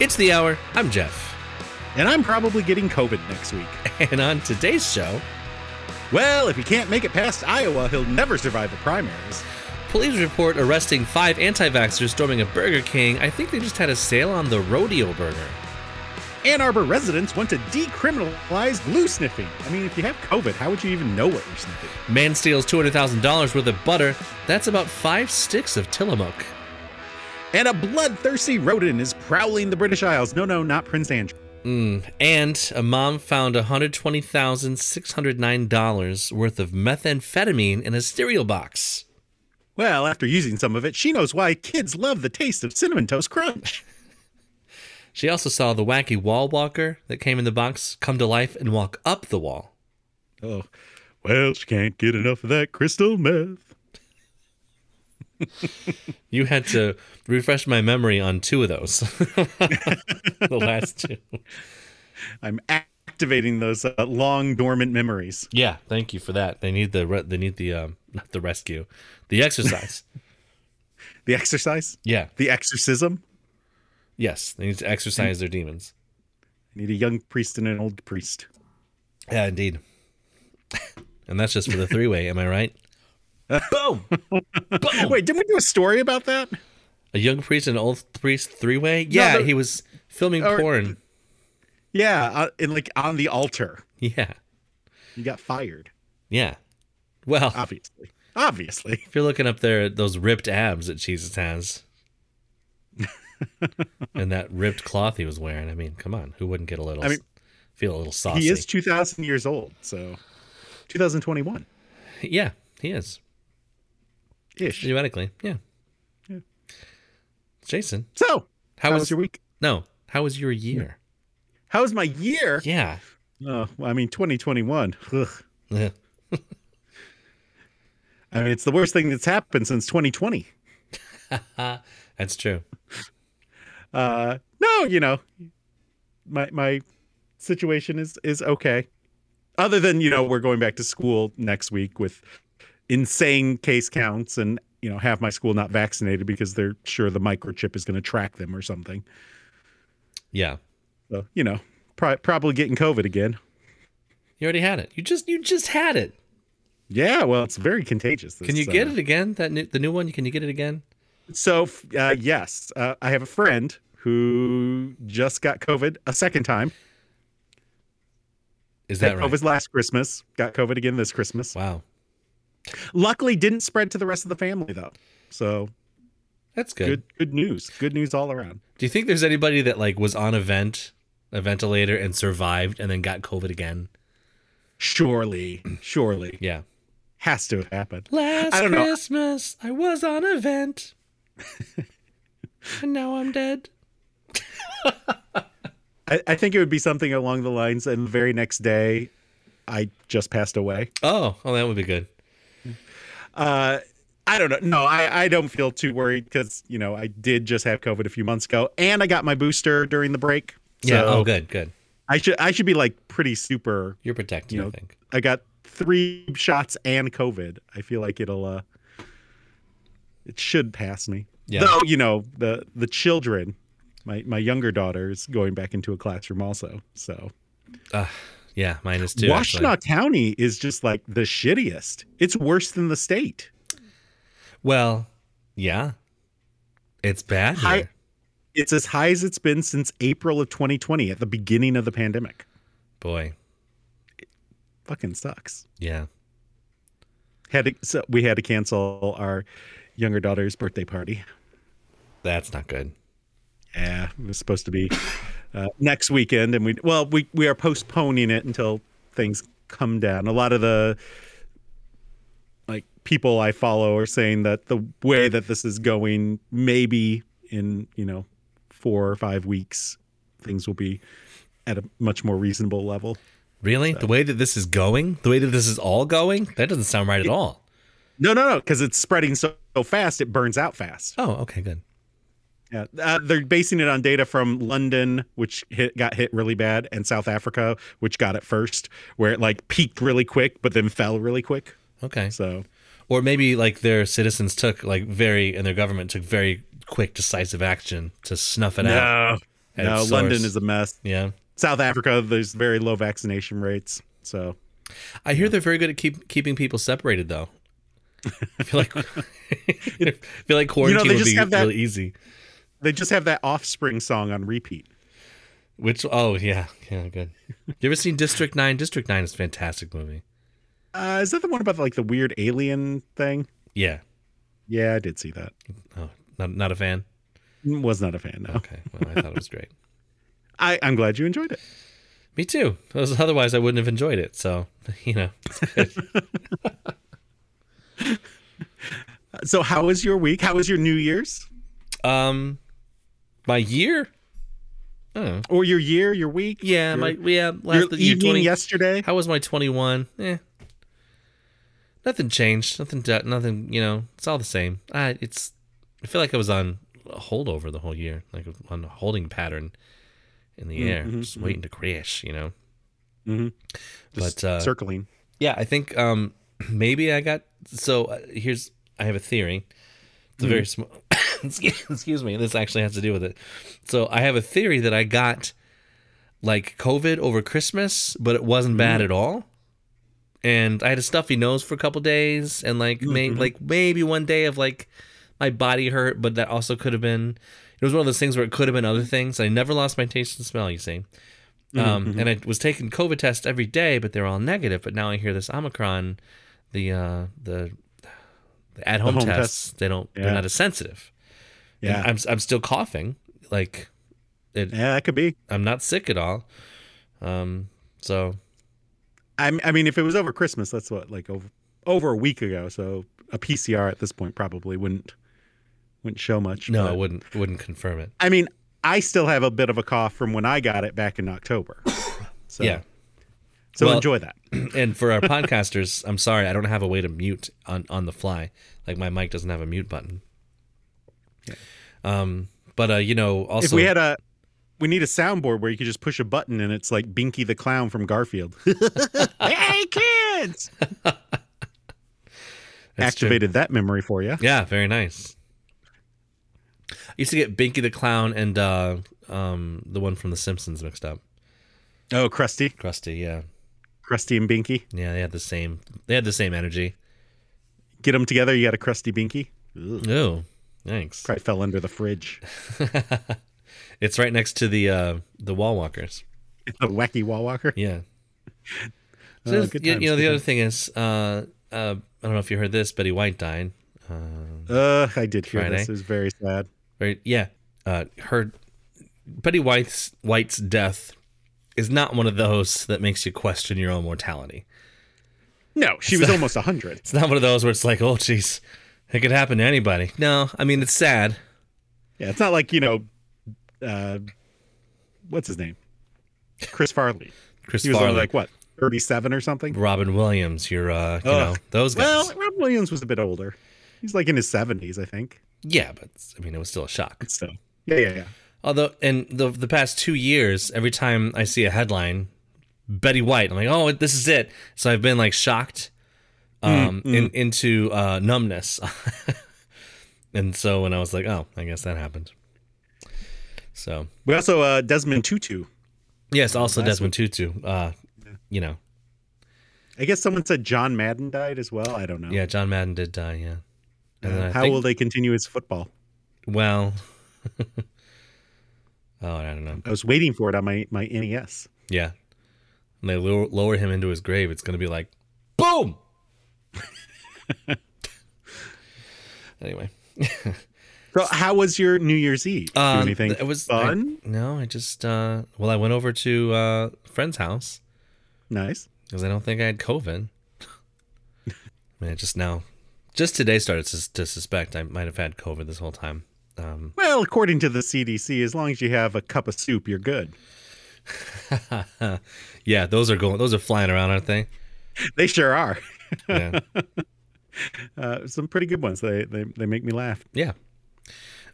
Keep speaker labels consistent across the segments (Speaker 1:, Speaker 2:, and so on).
Speaker 1: It's the hour. I'm Jeff.
Speaker 2: And I'm probably getting COVID next week.
Speaker 1: And on today's show,
Speaker 2: Well, if he can't make it past Iowa, he'll never survive the primaries.
Speaker 1: police report arresting five anti vaxxers storming a Burger King. I think they just had a sale on the rodeo burger.
Speaker 2: Ann Arbor residents want to decriminalize glue sniffing. I mean, if you have COVID, how would you even know what you're sniffing?
Speaker 1: Man steals $200,000 worth of butter. That's about five sticks of Tillamook.
Speaker 2: And a bloodthirsty rodent is prowling the British Isles. No, no, not Prince Andrew.
Speaker 1: Mm. And a mom found $120,609 worth of methamphetamine in a cereal box.
Speaker 2: Well, after using some of it, she knows why kids love the taste of Cinnamon Toast Crunch.
Speaker 1: She also saw the wacky wall walker that came in the box come to life and walk up the wall.
Speaker 2: Oh, well, she can't get enough of that crystal meth.
Speaker 1: You had to refresh my memory on two of those. the last two.
Speaker 2: I'm activating those uh, long dormant memories.
Speaker 1: Yeah, thank you for that. They need the re- they need the um, not the rescue, the exercise.
Speaker 2: The exercise,
Speaker 1: yeah,
Speaker 2: the exorcism.
Speaker 1: yes, they need to exercise their demons.
Speaker 2: I need a young priest and an old priest.
Speaker 1: Yeah, indeed. and that's just for the three way. Am I right? Boom! Boom!
Speaker 2: Wait, didn't we do a story about that?
Speaker 1: A young priest and an old priest three way. Yeah,
Speaker 2: the-
Speaker 1: he was filming
Speaker 2: or-
Speaker 1: porn.
Speaker 2: Yeah, uh, and like on the altar.
Speaker 1: Yeah,
Speaker 2: You got fired,
Speaker 1: yeah. Well,
Speaker 2: obviously. Obviously.
Speaker 1: If you're looking up there at those ripped abs that Jesus has and that ripped cloth he was wearing, I mean, come on, who wouldn't get a little
Speaker 2: I mean,
Speaker 1: feel a little saucy?
Speaker 2: He is 2,000 years old, so 2021
Speaker 1: Yeah, he is.
Speaker 2: ish.
Speaker 1: Theoretically, yeah.
Speaker 2: Yeah.
Speaker 1: Jason,
Speaker 2: So,
Speaker 1: how,
Speaker 2: how
Speaker 1: was,
Speaker 2: was your week?
Speaker 1: No, how was your year?
Speaker 2: How was my year?
Speaker 1: Yeah.
Speaker 2: Oh, well, I mean, 2021. Ugh.
Speaker 1: Ugh.
Speaker 2: I mean, it's the worst thing that's happened since 2020.
Speaker 1: That's true.
Speaker 2: Uh, no, you know, my my situation is is okay. Other than you know, we're going back to school next week with insane case counts, and you know, half my school not vaccinated because they're sure the microchip is going to track them or something.
Speaker 1: Yeah.
Speaker 2: So you know, pro- probably getting COVID again.
Speaker 1: You already had it. You just you just had it.
Speaker 2: Yeah, well, it's very contagious. This,
Speaker 1: Can you
Speaker 2: uh,
Speaker 1: get it again? That new, the new one, can you get it again?
Speaker 2: So f- uh, yes, uh, I have a friend who just got COVID a second time.
Speaker 1: Is that
Speaker 2: Had
Speaker 1: right?
Speaker 2: COVID last Christmas, got COVID again this Christmas.
Speaker 1: Wow.
Speaker 2: Luckily, didn't spread to the rest of the family though. So
Speaker 1: That's
Speaker 2: good, good news. Good news all around.
Speaker 1: Do you think there's anybody that like was on a vent, a ventilator, and survived, and then got COVID again?
Speaker 2: Surely, surely
Speaker 1: Yeah.
Speaker 2: has to have happened.
Speaker 1: Last
Speaker 2: I don't know.
Speaker 1: Christmas, I was on a vent, and now I'm dead.
Speaker 2: I, I think it would be something along the lines. And the very next day, I just passed away.
Speaker 1: Oh, oh, that would be good.
Speaker 2: Uh, I don't know. No, I, I don't feel too worried because you know I did just have COVID a few months ago, and I got my booster during the break.
Speaker 1: Yeah.
Speaker 2: So
Speaker 1: oh, good, good.
Speaker 2: I should I should be like pretty super.
Speaker 1: You're protected.
Speaker 2: You know,
Speaker 1: I think.
Speaker 2: I got three shots and COVID. I feel like it'll uh it should pass me.
Speaker 1: Yeah.
Speaker 2: Though, you know, the the children, my my younger daughter is going back into a classroom also. So
Speaker 1: Uh, yeah, mine is too. actually.
Speaker 2: Washtenaw County is just like the shittiest. It's worse than the state.
Speaker 1: Well, yeah, it's bad here.
Speaker 2: Hi- It's as high as it's been since April of 2020 at the beginning of the pandemic.
Speaker 1: Boy,
Speaker 2: Fucking sucks.
Speaker 1: yeah.
Speaker 2: Had to, so we had to cancel our younger daughter's birthday party.
Speaker 1: That's not good.
Speaker 2: Yeah, it was supposed to be uh, next weekend, and we well we we are postponing it until things come down. A lot of the like people I follow are saying that the way that this is going, maybe in you know four or five weeks, things will be at a much more reasonable level.
Speaker 1: Really, the way that this is going, the way that this is all going, that doesn't sound right at all.
Speaker 2: No, no, no, because it's spreading so, so fast, it burns out fast.
Speaker 1: Oh, okay, good.
Speaker 2: Yeah, uh, they're basing it on data from London, which hit, got hit really bad, and South Africa, which got it first, where it like peaked really quick but then fell really quick.
Speaker 1: Okay.
Speaker 2: So
Speaker 1: or maybe like their citizens took like very and their government took very quick decisive action to snuff it out at
Speaker 2: no,
Speaker 1: its
Speaker 2: London
Speaker 1: source.
Speaker 2: is a mess.
Speaker 1: yeah.
Speaker 2: South Africa, there's very low vaccination rates. So
Speaker 1: I hear they're very good at keep keeping people separated though. I feel like I feel like quarantine would
Speaker 2: just
Speaker 1: be
Speaker 2: have that-
Speaker 1: really easy.
Speaker 2: they just have that offspring song on repeat.
Speaker 1: Which oh yeah yeah good. You ever seen District Nine? District Nine is a fantastic movie.
Speaker 2: Uh, is that the one about like the weird alien thing?
Speaker 1: Yeah.
Speaker 2: Yeah, I did see that. Mm,
Speaker 1: Oh, not not a fan.
Speaker 2: Was not a fan. No,
Speaker 1: Okay. Well, I thought it was great.
Speaker 2: I, I'm glad you enjoyed it.
Speaker 1: Me too. 'Cause Otherwise, I wouldn't have enjoyed it. So you know,
Speaker 2: So, how was your week? How was your New Year's
Speaker 1: um, my year. Oh
Speaker 2: or your year, your week?
Speaker 1: yeah,
Speaker 2: your,
Speaker 1: my yeah
Speaker 2: your
Speaker 1: last year
Speaker 2: evening
Speaker 1: twenty.
Speaker 2: yesterday.
Speaker 1: How was my 21? Eh. Nothing changed. Nothing, de- nothing, you know, it's all the same. I, it's, I feel like I was on a holdover the whole year, like on a holding pattern in the air,
Speaker 2: Mm-hmm,
Speaker 1: just waiting to crash, you know?
Speaker 2: Just
Speaker 1: but, uh,
Speaker 2: circling.
Speaker 1: Yeah, I think um, maybe I got. So uh, here's I have a theory. It's a very small. excuse excuse me. This actually has to do with it. So I have a theory that I got like COVID over Christmas, but it wasn't bad at all. And I had a stuffy nose for a couple days, and like may, like maybe one day of like my body hurt, but that also could have been. It was one of those things where it could have been other things. I never lost my taste and smell. You see. Um, And I was taking COVID tests every day, but they're all negative. But now I hear this Omicron, the uh, the, the at home
Speaker 2: home
Speaker 1: tests,
Speaker 2: tests.
Speaker 1: they don't
Speaker 2: Yeah.
Speaker 1: they're not as sensitive. And
Speaker 2: Yeah,
Speaker 1: I'm I'm still coughing. Like
Speaker 2: yeah, that could be.
Speaker 1: I'm not sick at all. Um, so
Speaker 2: I, I mean, if it was over Christmas, that's what like over over a week ago. So a PCR at this point probably wouldn't wouldn't show much.
Speaker 1: no,
Speaker 2: but-
Speaker 1: I wouldn't wouldn't confirm it.
Speaker 2: I mean, I still have a bit of a cough from when I got it back in October. So,
Speaker 1: Yeah.
Speaker 2: So
Speaker 1: Well-
Speaker 2: enjoy that.
Speaker 1: and for our podcasters, I'm sorry, I don't have a way to mute on on the fly. Like my mic doesn't have a mute button. Um, but uh, you know, also
Speaker 2: if we had a, we need a soundboard where you could just push a button and it's like Binky the Clown from Garfield. hey kids!
Speaker 1: that's true.
Speaker 2: Activated that memory for you.
Speaker 1: Yeah, very nice. I used to get Binky the Clown and uh, um, the one from The Simpsons mixed up.
Speaker 2: Oh, Krusty,
Speaker 1: Krusty, yeah,
Speaker 2: Krusty and Binky,
Speaker 1: yeah, they had the same. They had the same energy.
Speaker 2: get them together. You got a Krusty Binky. Ugh.
Speaker 1: Oh, thanks.
Speaker 2: Probably fell under the fridge.
Speaker 1: It's right next to the uh, the Wall Walkers.
Speaker 2: the wacky wall walker.
Speaker 1: Yeah.
Speaker 2: Oh,
Speaker 1: So,
Speaker 2: good
Speaker 1: you, you
Speaker 2: times,
Speaker 1: know, the
Speaker 2: good
Speaker 1: other thing is, uh, uh, I don't know if you heard this, Betty White died. Uh,
Speaker 2: Uh, I did hear
Speaker 1: Friday.
Speaker 2: this. It was very sad.
Speaker 1: right? Yeah. Uh, her Betty White's White's death is not one of those that makes you question your own mortality.
Speaker 2: No, she was almost hundred.
Speaker 1: It's not one of those where it's like, oh, jeez, it could happen to anybody. No, I mean it's sad.
Speaker 2: Yeah, it's not like you know, uh, what's his name, Chris Farley.
Speaker 1: Chris
Speaker 2: He was
Speaker 1: Farley,
Speaker 2: only like what, thirty-seven or something.
Speaker 1: Robin Williams, your, uh, you know,
Speaker 2: Ugh.
Speaker 1: those guys.
Speaker 2: Well, Rob Williams was a bit older. He's like in his seventies, I think.
Speaker 1: yeah, but I mean it was still a shock.
Speaker 2: So yeah, yeah, yeah.
Speaker 1: Although, in the the past two years, every time I see a headline, Betty White, I'm like, oh, this is it. So I've been like shocked, um, in, into uh, numbness. and so when I was like, oh, I guess that happened. So
Speaker 2: We also uh, Desmond Tutu.
Speaker 1: yes, also Desmond Tutu, uh, you know,
Speaker 2: I guess someone said John Madden died as well. I don't know. Uh,
Speaker 1: Yeah, John Madden did die. Yeah. And then I
Speaker 2: How
Speaker 1: think-
Speaker 2: will they continue his football?
Speaker 1: Well. oh, I don't know.
Speaker 2: I was waiting for it on my E my NES.
Speaker 1: Yeah. When they lower, lower him into his grave, it's going to be like, boom. anyway,
Speaker 2: So how was your New Year's Eve? Do
Speaker 1: Um,
Speaker 2: anything?
Speaker 1: th- It was I-
Speaker 2: fun.
Speaker 1: no, I just uh, well, I went over to uh, a friend's house
Speaker 2: nice.
Speaker 1: because I don't think I had COVID. I mean, I just now, just today started to, to suspect I might have had COVID this whole time. Um,
Speaker 2: Well, according to the CDC, as long as you have a cup of soup, you're good.
Speaker 1: yeah, those are going. Those are flying around, aren't they?
Speaker 2: They sure are.
Speaker 1: Yeah.
Speaker 2: Uh, some pretty good ones. They they, they make me laugh.
Speaker 1: Yeah.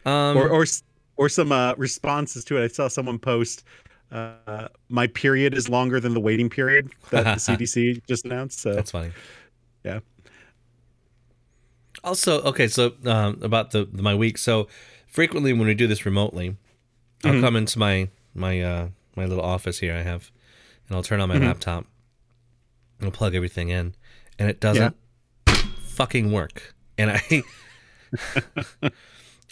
Speaker 1: Um,
Speaker 2: Or or s- or some uh, responses to it. I saw someone post, uh, "My period is longer than the waiting period that the CDC just announced." So
Speaker 1: that's funny.
Speaker 2: yeah,
Speaker 1: Also, okay, so um, about the, my week. So frequently when we do this remotely,
Speaker 2: Mm-hmm.
Speaker 1: I'll come into my my uh, my little office here I have, and I'll turn on my
Speaker 2: Mm-hmm.
Speaker 1: laptop. And I'll plug everything in, and it doesn't fucking work. And I,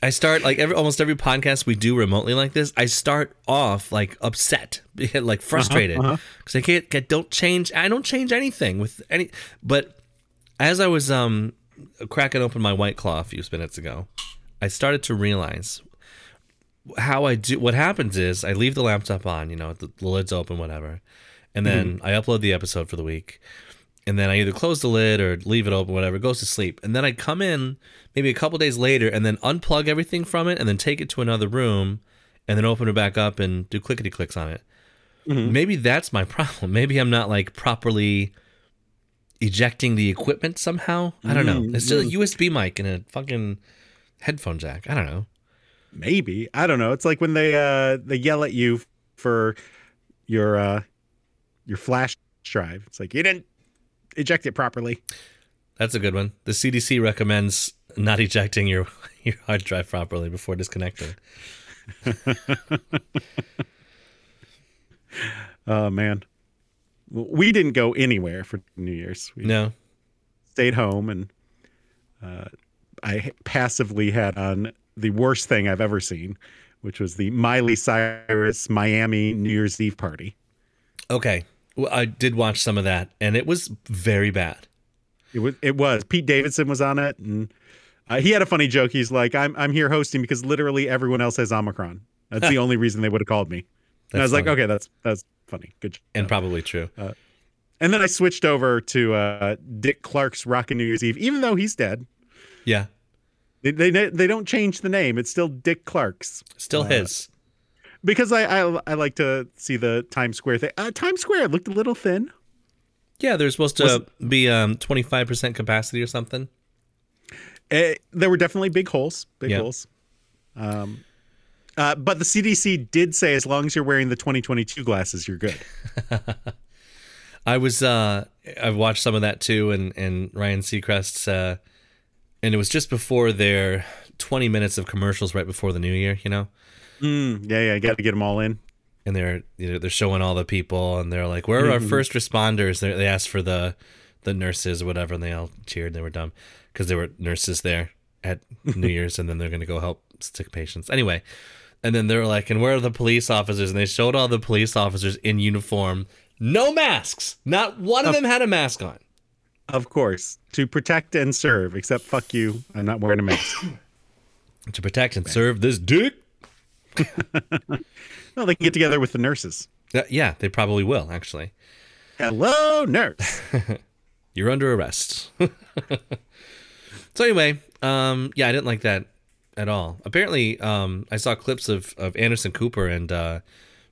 Speaker 1: I start like every almost every podcast we do remotely like this. I start off like upset, like frustrated, because I can't. I don't change. I don't change anything with any. But as I was um cracking open my white claw a few minutes ago, I started to realize how I do. What happens is I leave the laptop on, you know, the, the lid's open, whatever, and then I upload the episode for the week, and then I either close the lid or leave it open, whatever, it goes to sleep, and then I come in maybe a couple days later and then unplug everything from it and then take it to another room, and then open it back up and do clickety clicks on it.
Speaker 2: Mm-hmm.
Speaker 1: Maybe that's my problem. Maybe I'm not like properly ejecting the equipment somehow. I don't know. It's still a USB mic and a fucking headphone jack. I don't know.
Speaker 2: Maybe I don't know. It's like when they uh they yell at you for your uh your flash drive. It's like you didn't eject it properly.
Speaker 1: That's a good one. The CDC recommends not ejecting your your hard drive properly before disconnecting.
Speaker 2: Oh man, Well, we didn't go anywhere for New Year's. We
Speaker 1: No.
Speaker 2: stayed home, and uh, I passively had on the worst thing I've ever seen, which was the Miley Cyrus Miami New Year's Eve party.
Speaker 1: Okay. Well, I did watch some of that, and it was very bad.
Speaker 2: It was. It was. Pete Davidson was on it, and uh, he had a funny joke. He's like, "I'm I'm here hosting because literally everyone else has Omicron. That's the only reason they would have called me." and
Speaker 1: That's
Speaker 2: I was like,
Speaker 1: funny.
Speaker 2: "Okay, that's that's funny. Good." job."
Speaker 1: And probably true.
Speaker 2: And then I switched over to uh, Dick Clark's Rockin' New Year's Eve, even though he's dead.
Speaker 1: yeah.
Speaker 2: They, they they don't change the name. It's still Dick Clark's
Speaker 1: Still his.
Speaker 2: because I, I I like to see the Times Square thing. Uh, Times Square looked a little thin.
Speaker 1: Yeah, they're supposed to be um, 25% capacity or something.
Speaker 2: Eh, there were definitely big holes, big
Speaker 1: Yeah.
Speaker 2: holes. Um, uh, but the CDC did say as long as you're wearing the 2022 glasses, you're good.
Speaker 1: I was uh I've watched some of that too and and Ryan Seacrest's uh and it was just before their 20 minutes of commercials right before the new year, you know.
Speaker 2: yeah, yeah, got to get them all in.
Speaker 1: And they're you know they're showing all the people and they're like, "Where are our first responders?" They they asked for the the nurses or whatever and they all cheered and they were dumb cuz there were nurses there at New Year's and then they're going to go help sick patients. Anyway, and then they're like, "And where are the police officers?" And they showed all the police officers in uniform, no masks. Not one of them had a mask on.
Speaker 2: Of course, to protect and serve. Except, fuck you, I'm not wearing a mask.
Speaker 1: to protect and serve this dick.
Speaker 2: no, they can get together with the nurses.
Speaker 1: Uh, yeah, they probably will actually.
Speaker 2: Hello, nurse.
Speaker 1: You're under arrest. so anyway, um, yeah, I didn't like that at all. Apparently, um, I saw clips of of Anderson Cooper and uh,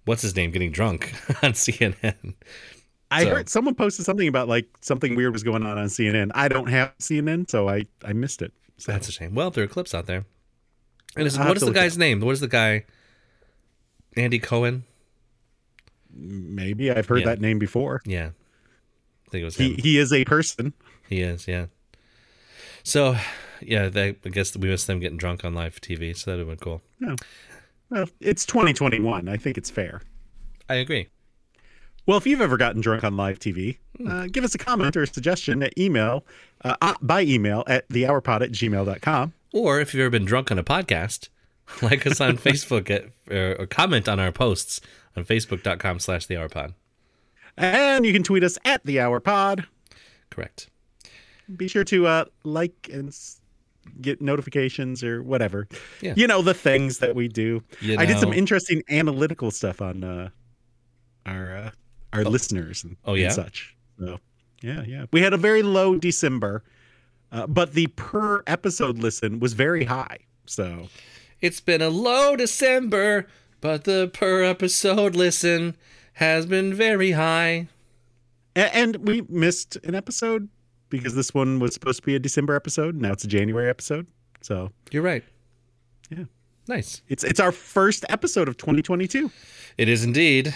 Speaker 1: what's his name getting drunk on CNN.
Speaker 2: I
Speaker 1: So-
Speaker 2: heard someone posted something about like something weird was going on on CNN. I don't have CNN, so I I missed it. So
Speaker 1: That's a shame. Well, there are clips out there. And it's,
Speaker 2: I'll
Speaker 1: what
Speaker 2: have
Speaker 1: is
Speaker 2: to
Speaker 1: the
Speaker 2: look it
Speaker 1: guy's name? What is the guy? Andy Cohen.
Speaker 2: maybe I've heard
Speaker 1: Yeah.
Speaker 2: that name before.
Speaker 1: Yeah, I think it was him.
Speaker 2: He he is a person.
Speaker 1: He is, yeah. So, yeah, they, I guess we missed them getting drunk on live TV, so that would have been cool.
Speaker 2: Well, it's 2021. I think it's fair.
Speaker 1: I agree.
Speaker 2: Well, if you've ever gotten drunk on live TV,
Speaker 1: Hmm.
Speaker 2: uh, give us a comment or a suggestion at email uh, uh, by email at thehourpod at gmail.com.
Speaker 1: Or if you've ever been drunk on a podcast, like us on Facebook at, or, or comment on our posts on facebook.com slash the hour pod.
Speaker 2: And you can tweet us at the hour pod.
Speaker 1: Correct.
Speaker 2: Be sure to uh, like and s- get notifications or whatever.
Speaker 1: Yeah.
Speaker 2: You know, the things that we do.
Speaker 1: You
Speaker 2: I did some
Speaker 1: know.
Speaker 2: interesting analytical stuff on uh, our uh, our listeners and,
Speaker 1: Oh,
Speaker 2: and
Speaker 1: yeah?
Speaker 2: such. So, yeah, yeah. We had a very low December, uh, but the per episode listen was very high. So.
Speaker 1: It's been a low December, but the per episode listen has been very high.
Speaker 2: A- And we missed an episode because this one was supposed to be a December episode. Now it's a January episode. So
Speaker 1: You're right.
Speaker 2: Yeah.
Speaker 1: Nice.
Speaker 2: it's it's our first episode of 2022.
Speaker 1: It is indeed.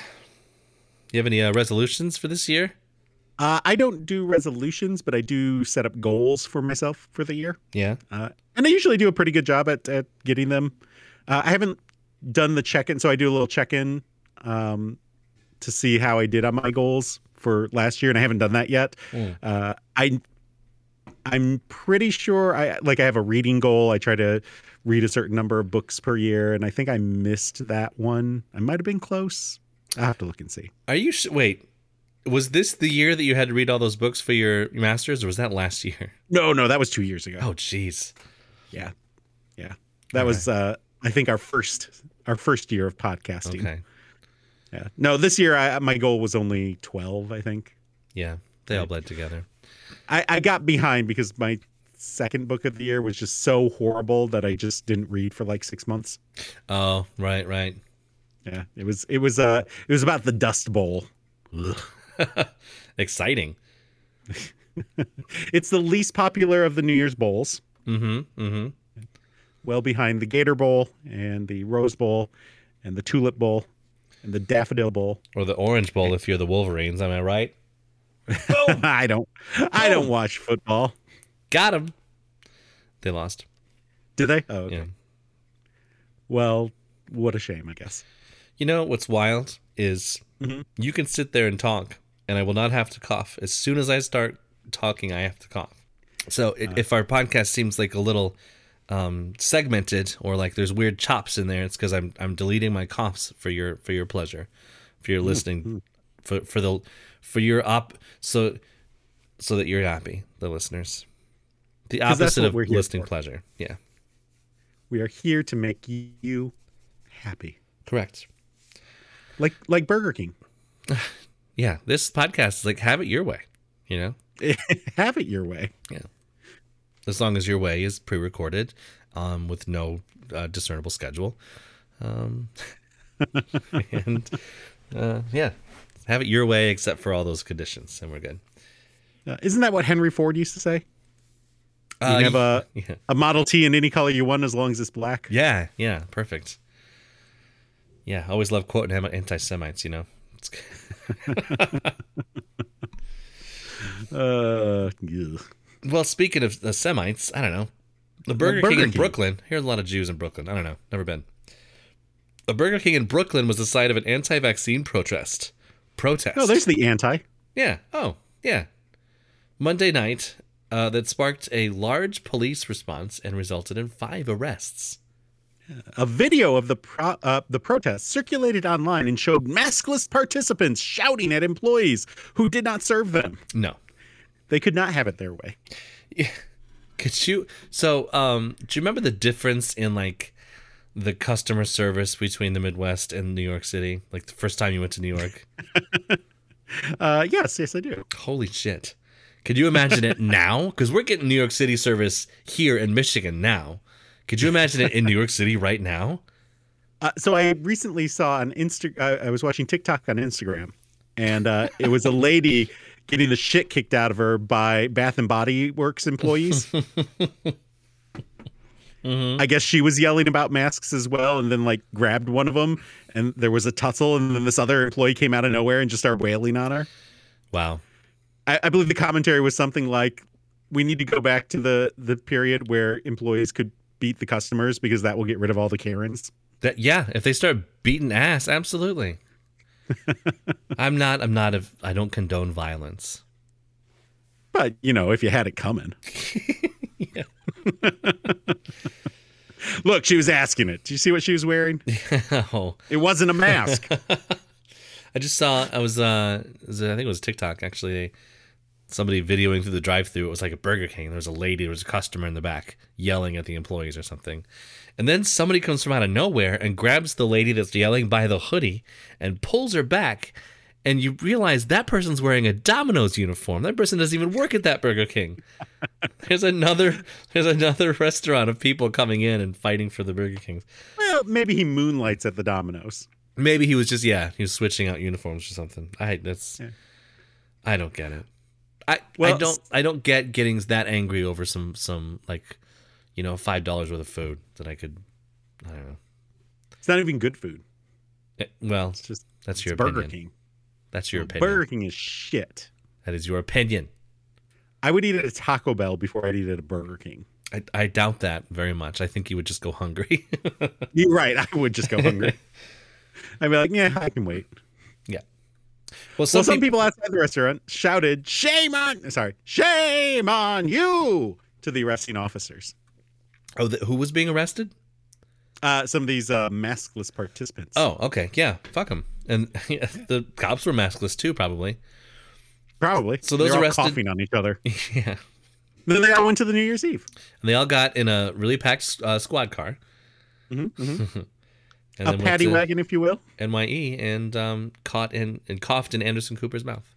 Speaker 1: You have any uh, resolutions for this year?
Speaker 2: Uh, I don't do resolutions, but I do set up goals for myself for the year,
Speaker 1: Yeah.
Speaker 2: uh, and I usually do a pretty good job at at getting them. Uh, I haven't done the check in. So I do a little check in um, to see how I did on my goals for last year, and I haven't done that yet.
Speaker 1: Mm.
Speaker 2: Uh, I I'm pretty sure I like I have a reading goal. I try to read a certain number of books per year, and I think I missed that one. I might have been close. I have to look and see.
Speaker 1: Are you sh- wait? Was this the year that you had to read all those books for your masters, or was that last year?
Speaker 2: No, no, that was two years ago.
Speaker 1: Oh, jeez.
Speaker 2: Yeah, yeah, that was uh, I think our first our first year of podcasting.
Speaker 1: Okay.
Speaker 2: Yeah, no, this year I, my goal was only twelve. I think
Speaker 1: Yeah, they all bled together.
Speaker 2: I, I got behind because my second book of the year was just so horrible that I just didn't read for like six months.
Speaker 1: Oh, right, right.
Speaker 2: Yeah, it was it was uh it was about the Dust Bowl.
Speaker 1: Exciting.
Speaker 2: It's the least popular of the New Year's bowls,
Speaker 1: Mm-hmm. Mm-hmm.
Speaker 2: well behind the Gator Bowl and the Rose Bowl and the Tulip Bowl and the Daffodil Bowl.
Speaker 1: Or the Orange Bowl if you're the Wolverines. Am I right?
Speaker 2: I don't I don't watch football.
Speaker 1: Got him. They lost.
Speaker 2: Do they? Oh, okay.
Speaker 1: Yeah.
Speaker 2: Well, what a shame, I guess.
Speaker 1: You know what's wild is
Speaker 2: Mhm.
Speaker 1: you can sit there and talk, and I will not have to cough. As soon as I start talking, I have to cough. So i if our podcast seems like a little um, segmented or like there's weird chops in there, it's because I'm I'm deleting my coughs for your for your pleasure, for
Speaker 2: Hmm,
Speaker 1: your listening, for for the for your op so so that you're happy, the listeners. The
Speaker 2: 'Cause that's
Speaker 1: opposite
Speaker 2: what
Speaker 1: of
Speaker 2: we're here
Speaker 1: listening
Speaker 2: for.
Speaker 1: pleasure. Yeah,
Speaker 2: We are here to make you happy.
Speaker 1: correct.
Speaker 2: Like like Burger King.
Speaker 1: Yeah, this podcast is like have it your way. You know.
Speaker 2: Have it your way.
Speaker 1: as long as your way is pre-recorded um, with no uh, discernible schedule um, and uh, yeah have it your way except for all those conditions and we're good
Speaker 2: Uh, isn't that what Henry Ford used to say? You
Speaker 1: Uh,
Speaker 2: can have a,
Speaker 1: yeah
Speaker 2: a Model T in any color you want as long as it's black.
Speaker 1: yeah yeah perfect yeah I always love quoting him anti-semites you know it's,
Speaker 2: Uh, ugh.
Speaker 1: well speaking of the semites i don't know the burger,
Speaker 2: Burger
Speaker 1: king in
Speaker 2: King.
Speaker 1: brooklyn here's a lot of jews in brooklyn i don't know never been the burger king in brooklyn was the site of an anti-vaccine protest protest
Speaker 2: No, there's the anti.
Speaker 1: Yeah. Oh, yeah. Monday night, uh, that sparked a large police response and resulted in five arrests.
Speaker 2: A video of the pro- uh, the protest circulated online and showed maskless participants shouting at employees who did not serve them.
Speaker 1: No.
Speaker 2: They could not have it their way.
Speaker 1: Could you? So, um, do you remember the difference in like the customer service between the Midwest and New York City? Like the first time you went to New York?
Speaker 2: Uh, yes, yes, I do.
Speaker 1: Holy shit. Could you imagine it now? Because we're getting New York City service here in Michigan now. Could you imagine it in New York City right now?
Speaker 2: Uh, so I recently saw on Insta. uh, I, I was watching TikTok on Instagram, and uh, it was a lady getting the shit kicked out of her by Bath and Body Works employees.
Speaker 1: Mm-hmm.
Speaker 2: I guess she was yelling about masks as well, and then like grabbed one of them, and there was a tussle, and then this other employee came out of nowhere and just started wailing on her.
Speaker 1: Wow.
Speaker 2: I, I believe the commentary was something like, "We need to go back to the the period where employees could beat the customers because that will get rid of all the Karens."
Speaker 1: That yeah, if they start beating ass, absolutely. I'm not. I'm not. A, I don't condone violence.
Speaker 2: But you know, if you had it coming. Look, she was asking it. Do you see what she was wearing?
Speaker 1: oh,
Speaker 2: It wasn't a mask.
Speaker 1: I just saw. I was. Uh, was it- I think it was TikTok actually. Somebody videoing through the drive-through. It was like a Burger King. There was a lady. There was a customer in the back yelling at the employees or something. And then somebody comes from out of nowhere and grabs the lady that's yelling by the hoodie and pulls her back. And you realize that person's wearing a Domino's uniform. That person doesn't even work at that Burger King. There's another there's another restaurant of people coming in and fighting for the Burger Kings.
Speaker 2: well, maybe he moonlights at the Domino's.
Speaker 1: Maybe he was just yeah, he was switching out uniforms or something. I that's I don't get it. I I
Speaker 2: Well,
Speaker 1: don't I don't get getting that angry over some some like you know, five dollars worth of food that I could I don't know.
Speaker 2: It's not even good food.
Speaker 1: Eh, Well,
Speaker 2: It's just
Speaker 1: that's
Speaker 2: it's
Speaker 1: your
Speaker 2: Burger
Speaker 1: opinion.
Speaker 2: King.
Speaker 1: That's your opinion.
Speaker 2: Burger King is shit.
Speaker 1: That is your opinion.
Speaker 2: I would eat at a Taco Bell before I'd eat at a Burger King.
Speaker 1: I, I doubt that very much. I think you would just go hungry.
Speaker 2: You're right. I would just go hungry. I'd be like, yeah, I can wait.
Speaker 1: yeah. Well, some,
Speaker 2: Well, some
Speaker 1: people,
Speaker 2: people outside the restaurant shouted, "Shame on!" Sorry, shame on you to the arresting officers.
Speaker 1: Oh, the, who was being arrested?
Speaker 2: Uh, some of these uh, maskless participants.
Speaker 1: Oh, okay. Yeah. Fuck them. And yeah, the cops were maskless too, probably.
Speaker 2: probably.
Speaker 1: So those
Speaker 2: They're all
Speaker 1: arrested-
Speaker 2: coughing on each other.
Speaker 1: yeah.
Speaker 2: then they all went to the New Year's Eve.
Speaker 1: And they all got in a really packed uh, squad car. Mm-hmm.
Speaker 2: a paddy wagon, if you will.
Speaker 1: NYE and um, caught in and coughed in Anderson Cooper's mouth.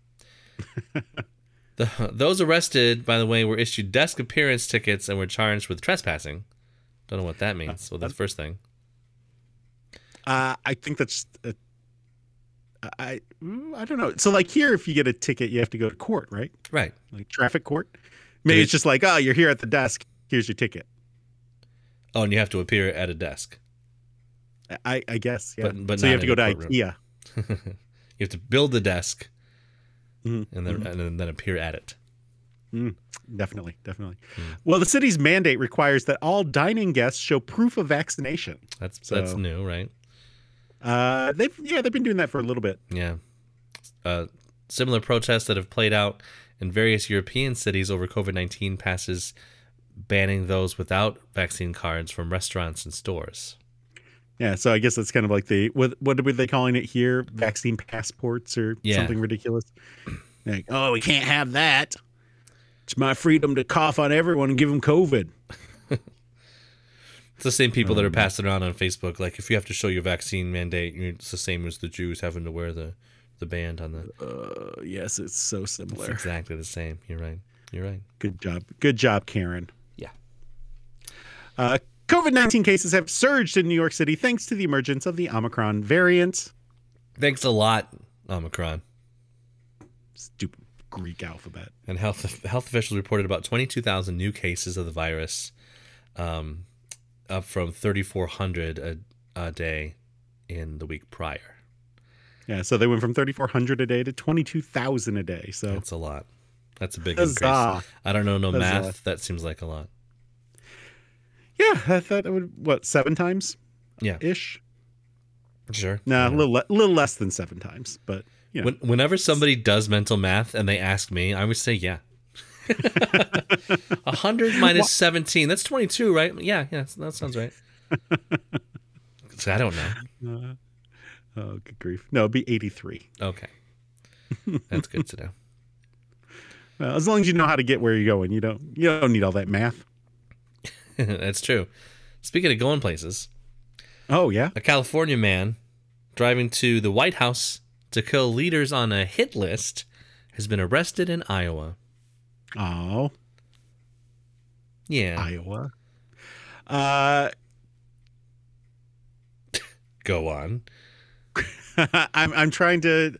Speaker 1: the, those arrested, by the way, were issued desk appearance tickets and were charged with trespassing. Don't know what that means. Well, that's the first thing.
Speaker 2: Uh, I think that's. Uh, I mm, I don't know. So like here, if you get a ticket, you have to go to court, right?
Speaker 1: Right.
Speaker 2: Like traffic court. Maybe
Speaker 1: Dude.
Speaker 2: it's just like, oh, you're here at the desk. Here's your ticket.
Speaker 1: Oh, and you have to appear at a desk.
Speaker 2: I I guess. Yeah.
Speaker 1: But- but
Speaker 2: so you
Speaker 1: not
Speaker 2: have to go to E
Speaker 1: in a courtroom.
Speaker 2: IKEA.
Speaker 1: You have to build the desk
Speaker 2: Mhm.
Speaker 1: and then and then appear at it.
Speaker 2: Definitely, definitely.
Speaker 1: Hmm.
Speaker 2: Well, the city's mandate requires that all dining guests show proof of vaccination.
Speaker 1: That's
Speaker 2: So-
Speaker 1: that's new, right?
Speaker 2: Uh, they've yeah, they've been doing that for a little bit.
Speaker 1: Yeah. Uh, similar protests that have played out in various European cities over COVID 19 passes banning those without vaccine cards from restaurants and stores.
Speaker 2: Yeah, so I guess that's kind of like the what what were they calling it here? Vaccine passports or
Speaker 1: Yeah.
Speaker 2: something ridiculous. Like, oh, we can't have that. It's my freedom to cough on everyone and give them COVID.
Speaker 1: It's the same people that are passing around on Facebook. Like, if you have to show your vaccine mandate, you- it's the same as the Jews having to wear the, the band on the.
Speaker 2: Uh, yes, it's so
Speaker 1: It's
Speaker 2: similar.
Speaker 1: exactly the same. You're right. You're right.
Speaker 2: Good job, good job, Karen.
Speaker 1: Yeah.
Speaker 2: Uh, COVID nineteen cases have surged in New York City thanks to the emergence of the Omicron variant.
Speaker 1: Thanks a lot, Omicron.
Speaker 2: Stupid Greek alphabet.
Speaker 1: and health health officials reported about 22,000 new cases of the virus, um, up from 3,400 a, a day in the week prior.
Speaker 2: Yeah, so they went from 3,400 a day to 22,000 a day. So
Speaker 1: That's a lot. That's a big
Speaker 2: Huzzah.
Speaker 1: increase. I don't know no
Speaker 2: Huzzah.
Speaker 1: math. That seems like a lot.
Speaker 2: yeah, I thought it would what seven times
Speaker 1: Yeah,
Speaker 2: ish.
Speaker 1: sure.
Speaker 2: No, a little le- little less than seven times, but you know,
Speaker 1: When, whenever somebody does mental math and they ask me, I always say yeah. 100 minus 17. That's 22, right? Yeah, yeah, that sounds right. So I don't know.
Speaker 2: oh good grief, no, it'd be 83.
Speaker 1: Okay. That's good to know.
Speaker 2: Well, as long as you know how to get where you're going, you don't you don't need all that math.
Speaker 1: That's true. Speaking of going places,
Speaker 2: Oh yeah,
Speaker 1: a California man driving to the White House to kill leaders on a hit list has been arrested in Iowa.
Speaker 2: oh
Speaker 1: Yeah.
Speaker 2: Iowa. Uh,
Speaker 1: Go on.
Speaker 2: I'm I'm trying to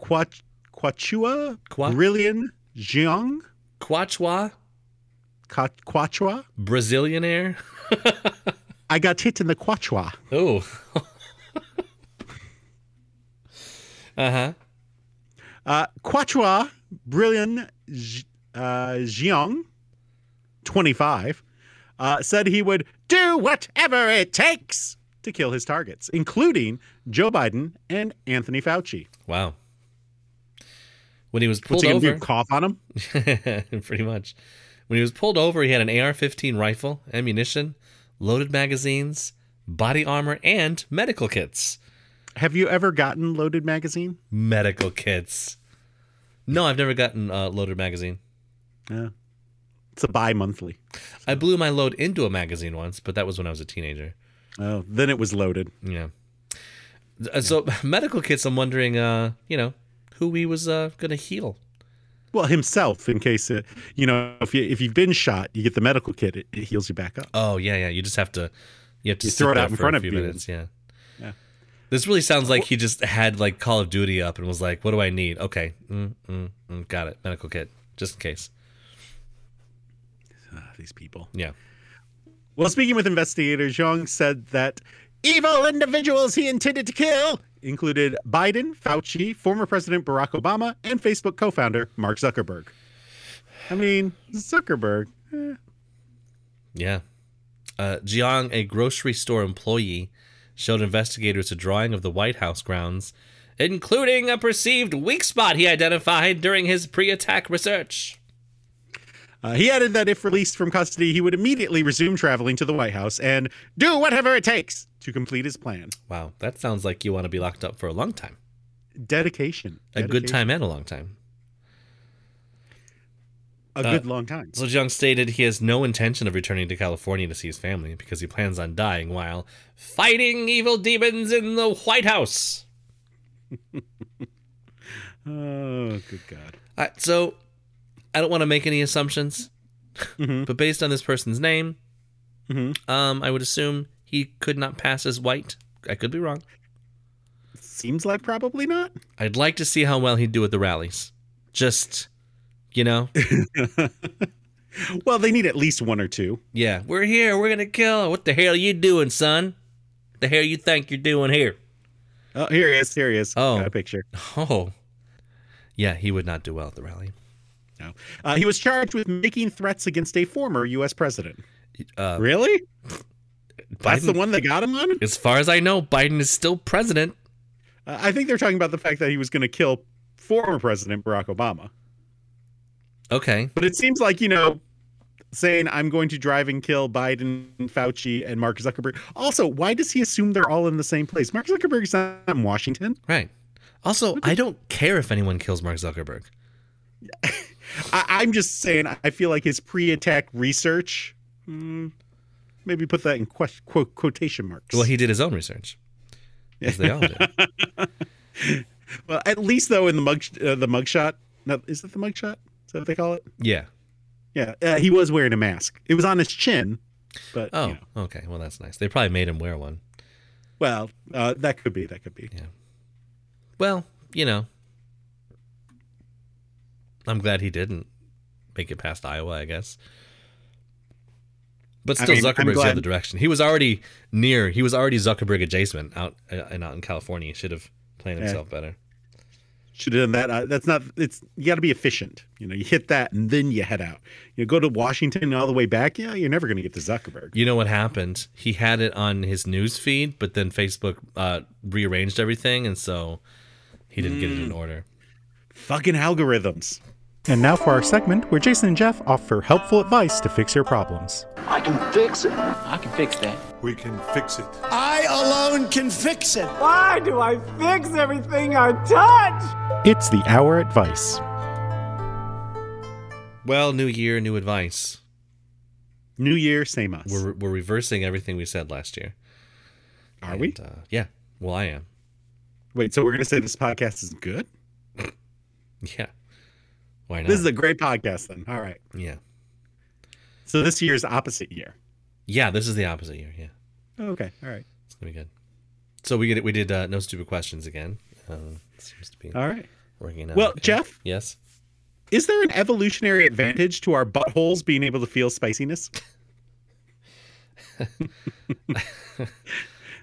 Speaker 2: Quach Quachua
Speaker 1: Qua-
Speaker 2: Brillian Jiang
Speaker 1: Quachua,
Speaker 2: Qua- Quachua.
Speaker 1: Brazilianaire.
Speaker 2: I got hit in the Quachua.
Speaker 1: Oh. uh huh.
Speaker 2: Uh, Quachua Brilliant Z- uh, Jiang, 25, uh, said he would do whatever it takes to kill his targets, including Joe Biden and Anthony Fauci.
Speaker 1: Wow. When he was pulled
Speaker 2: What's he gonna
Speaker 1: over,
Speaker 2: do? Cough on him?
Speaker 1: pretty much. When he was pulled over, he had an AR 15 rifle, ammunition, loaded magazines, body armor, and medical kits.
Speaker 2: Have you ever gotten loaded magazine?
Speaker 1: Medical kits. No, I've never gotten a loaded magazine.
Speaker 2: Yeah. It's a bi monthly.
Speaker 1: I blew my load into a magazine once, but that was when I was a teenager.
Speaker 2: Oh, then it was loaded.
Speaker 1: Yeah. Uh, So, medical kits, I'm wondering, uh, you know, who he was uh, going to heal.
Speaker 2: Well, himself, in case it, you know, if you if you've been shot, you get the medical kit. It, it heals you back up.
Speaker 1: Oh yeah, yeah. You just have to you have to
Speaker 2: You
Speaker 1: sit
Speaker 2: throw it
Speaker 1: there
Speaker 2: out in
Speaker 1: for a
Speaker 2: front of
Speaker 1: few
Speaker 2: you.
Speaker 1: minutes. Yeah.
Speaker 2: Yeah.
Speaker 1: This really sounds like he just had like Call of Duty up and was like, "What do I need? Okay, mm, mm, mm, got it. Medical kit, just in case."
Speaker 2: Ah, these people.
Speaker 1: Yeah.
Speaker 2: Well, speaking with investigators, Young said that evil individuals he intended to kill included Biden, Fauci, former President Barack Obama, and Facebook co founder Mark Zuckerberg. I mean, Zuckerberg, eh,
Speaker 1: Yeah. Uh, Jiang, a grocery store employee, showed investigators a drawing of the White House grounds, including a perceived weak spot he identified during his pre attack research.
Speaker 2: Uh, he added that if released from custody, he would immediately resume traveling to the White House and do whatever it takes to complete his plan.
Speaker 1: Wow, that sounds like you want to be locked up for a long time.
Speaker 2: Dedication.
Speaker 1: A good
Speaker 2: Dedication.
Speaker 1: time and a long time.
Speaker 2: A
Speaker 1: Uh,
Speaker 2: good long time.
Speaker 1: So Jiang stated he has no intention of returning to California to see his family because he plans on dying while fighting evil demons in the White House.
Speaker 2: Oh, good God.
Speaker 1: I, so I don't want to make any assumptions,
Speaker 2: Mhm.
Speaker 1: but based on this person's name,
Speaker 2: Mhm.
Speaker 1: um, I would assume he could not pass as white. I could be wrong.
Speaker 2: Seems like probably not.
Speaker 1: I'd like to see how well he'd do at the rallies. Just, you know,
Speaker 2: Well, they need at least one or two.
Speaker 1: yeah, we're here. We're gonna kill. What the hell are you doing, son? The hell you think you're doing here?
Speaker 2: Oh, here he is. Here he is.
Speaker 1: Oh.
Speaker 2: Got a picture.
Speaker 1: Oh, yeah, he would not do well at the rally.
Speaker 2: No. Uh, he was charged with making threats against a former U.S. president.
Speaker 1: Uh,
Speaker 2: Really? That's
Speaker 1: Biden-
Speaker 2: the one that got him on? Uh,
Speaker 1: As far as I know, Biden is still president.
Speaker 2: I think they're talking about the fact that he was going to kill former President Barack Obama.
Speaker 1: Okay,
Speaker 2: But it seems like, you know, saying I'm going to drive and kill Biden, Fauci, and Mark Zuckerberg. Also, why does he assume they're all in the same place? Mark Zuckerberg's not in Washington.
Speaker 1: right. Also, I don't care if anyone kills Mark Zuckerberg.
Speaker 2: I- I'm just saying, I feel like his pre attack research, hmm, maybe put that in quest- quote, quotation marks.
Speaker 1: Well, he did his own research, as they all did.
Speaker 2: Well, at least though in the mug uh, the mugshot. No, is it the mugshot? Is that what they call it?
Speaker 1: Yeah.
Speaker 2: Yeah, uh, he was wearing a mask. It was on his chin, but
Speaker 1: Oh,
Speaker 2: you know,
Speaker 1: okay. Well, that's nice. They probably made him wear one.
Speaker 2: well, uh, that could be that could be.
Speaker 1: Well, you know, I'm glad he didn't make it past Iowa, I guess. But
Speaker 2: I
Speaker 1: still,
Speaker 2: mean, I'm
Speaker 1: Zuckerberg's the
Speaker 2: glad-
Speaker 1: other direction. He was already near. He was already Zuckerberg adjacent out uh, and out in California. He should have planned
Speaker 2: Yeah.
Speaker 1: himself better.
Speaker 2: Should have done that. Uh, that's not. It's you got to be efficient. You know, you hit that and then you head out. You go to Washington and all the way back. Yeah, you're never going to get to Zuckerberg.
Speaker 1: You know what happened? He had it on his news feed, but then Facebook uh, rearranged everything, and so he didn't get it
Speaker 2: Mm.
Speaker 1: in order.
Speaker 2: Fucking algorithms.
Speaker 3: And now for our segment where Jason and Jeff offer helpful advice to fix your problems.
Speaker 4: I can fix it.
Speaker 5: I can fix that.
Speaker 6: We can fix it.
Speaker 7: I alone can fix it.
Speaker 8: Why do I fix everything I touch?
Speaker 3: It's the Hour Advice.
Speaker 1: Well, new year, new advice.
Speaker 2: New year, same us.
Speaker 1: We're we're reversing everything we said last year.
Speaker 2: Are we?
Speaker 1: And, uh, yeah. Well, I am.
Speaker 2: Wait, so we're going to say this podcast is good?
Speaker 1: Yeah. Why not?
Speaker 2: This is a great podcast then. All right.
Speaker 1: yeah.
Speaker 2: So this year's opposite year.
Speaker 1: Yeah. This is the opposite year. Yeah.
Speaker 2: Okay. All right.
Speaker 1: It's gonna be good. So we get we did uh, no stupid questions again. Um, seems to be
Speaker 2: All right.
Speaker 1: working out.
Speaker 2: Well,
Speaker 1: Oh, okay.
Speaker 2: Jeff?
Speaker 1: Yes.
Speaker 2: Is there an evolutionary advantage to our buttholes being able to feel spiciness?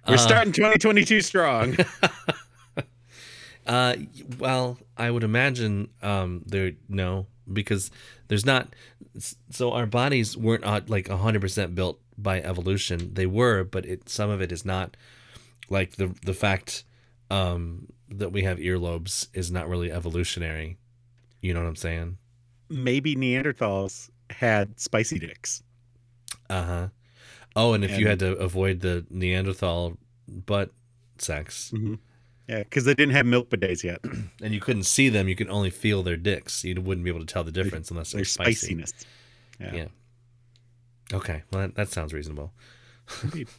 Speaker 2: We're starting 2022 strong.
Speaker 1: Uh, y- well, I would imagine um, there no because there's not. s- So our bodies weren't uh, like 100% built by evolution. They were, but it some of it is not. Like the the fact um, that we have earlobes is not really evolutionary. You know what I'm saying?
Speaker 2: Maybe Neanderthals had spicy dicks.
Speaker 1: Uh huh. Oh, and if you
Speaker 2: And-
Speaker 1: had to avoid the Neanderthal butt sex,
Speaker 2: Yeah, because they didn't have milk bidets yet.
Speaker 1: and you couldn't see them, you could only feel their dicks. You wouldn't be able to tell the difference unless
Speaker 2: Their
Speaker 1: they're spicy.
Speaker 2: spiciness. Yeah.
Speaker 1: Yeah. Okay. Well, that, that sounds reasonable.
Speaker 2: Indeed.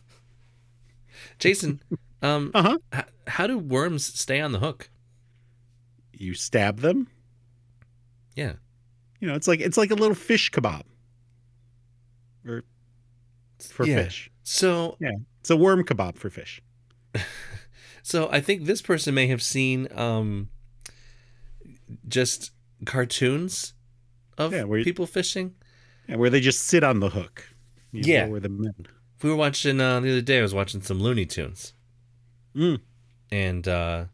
Speaker 1: Jason, um,
Speaker 2: Uh-huh.
Speaker 1: h- how do worms stay on the hook?
Speaker 2: You stab them.
Speaker 1: Yeah.
Speaker 2: You know, it's like it's like a little fish kebab. Or for
Speaker 1: Yeah.
Speaker 2: fish.
Speaker 1: So,
Speaker 2: Yeah. It's a worm kebab for fish.
Speaker 1: so I think this person may have seen um, just cartoons of
Speaker 2: Yeah, where you-
Speaker 1: people fishing.
Speaker 2: Yeah, where they just sit on the hook. You know,
Speaker 1: Yeah.
Speaker 2: where the men.
Speaker 1: We were watching uh, the other day. I was watching some Looney Tunes,
Speaker 2: Mm.
Speaker 1: and uh,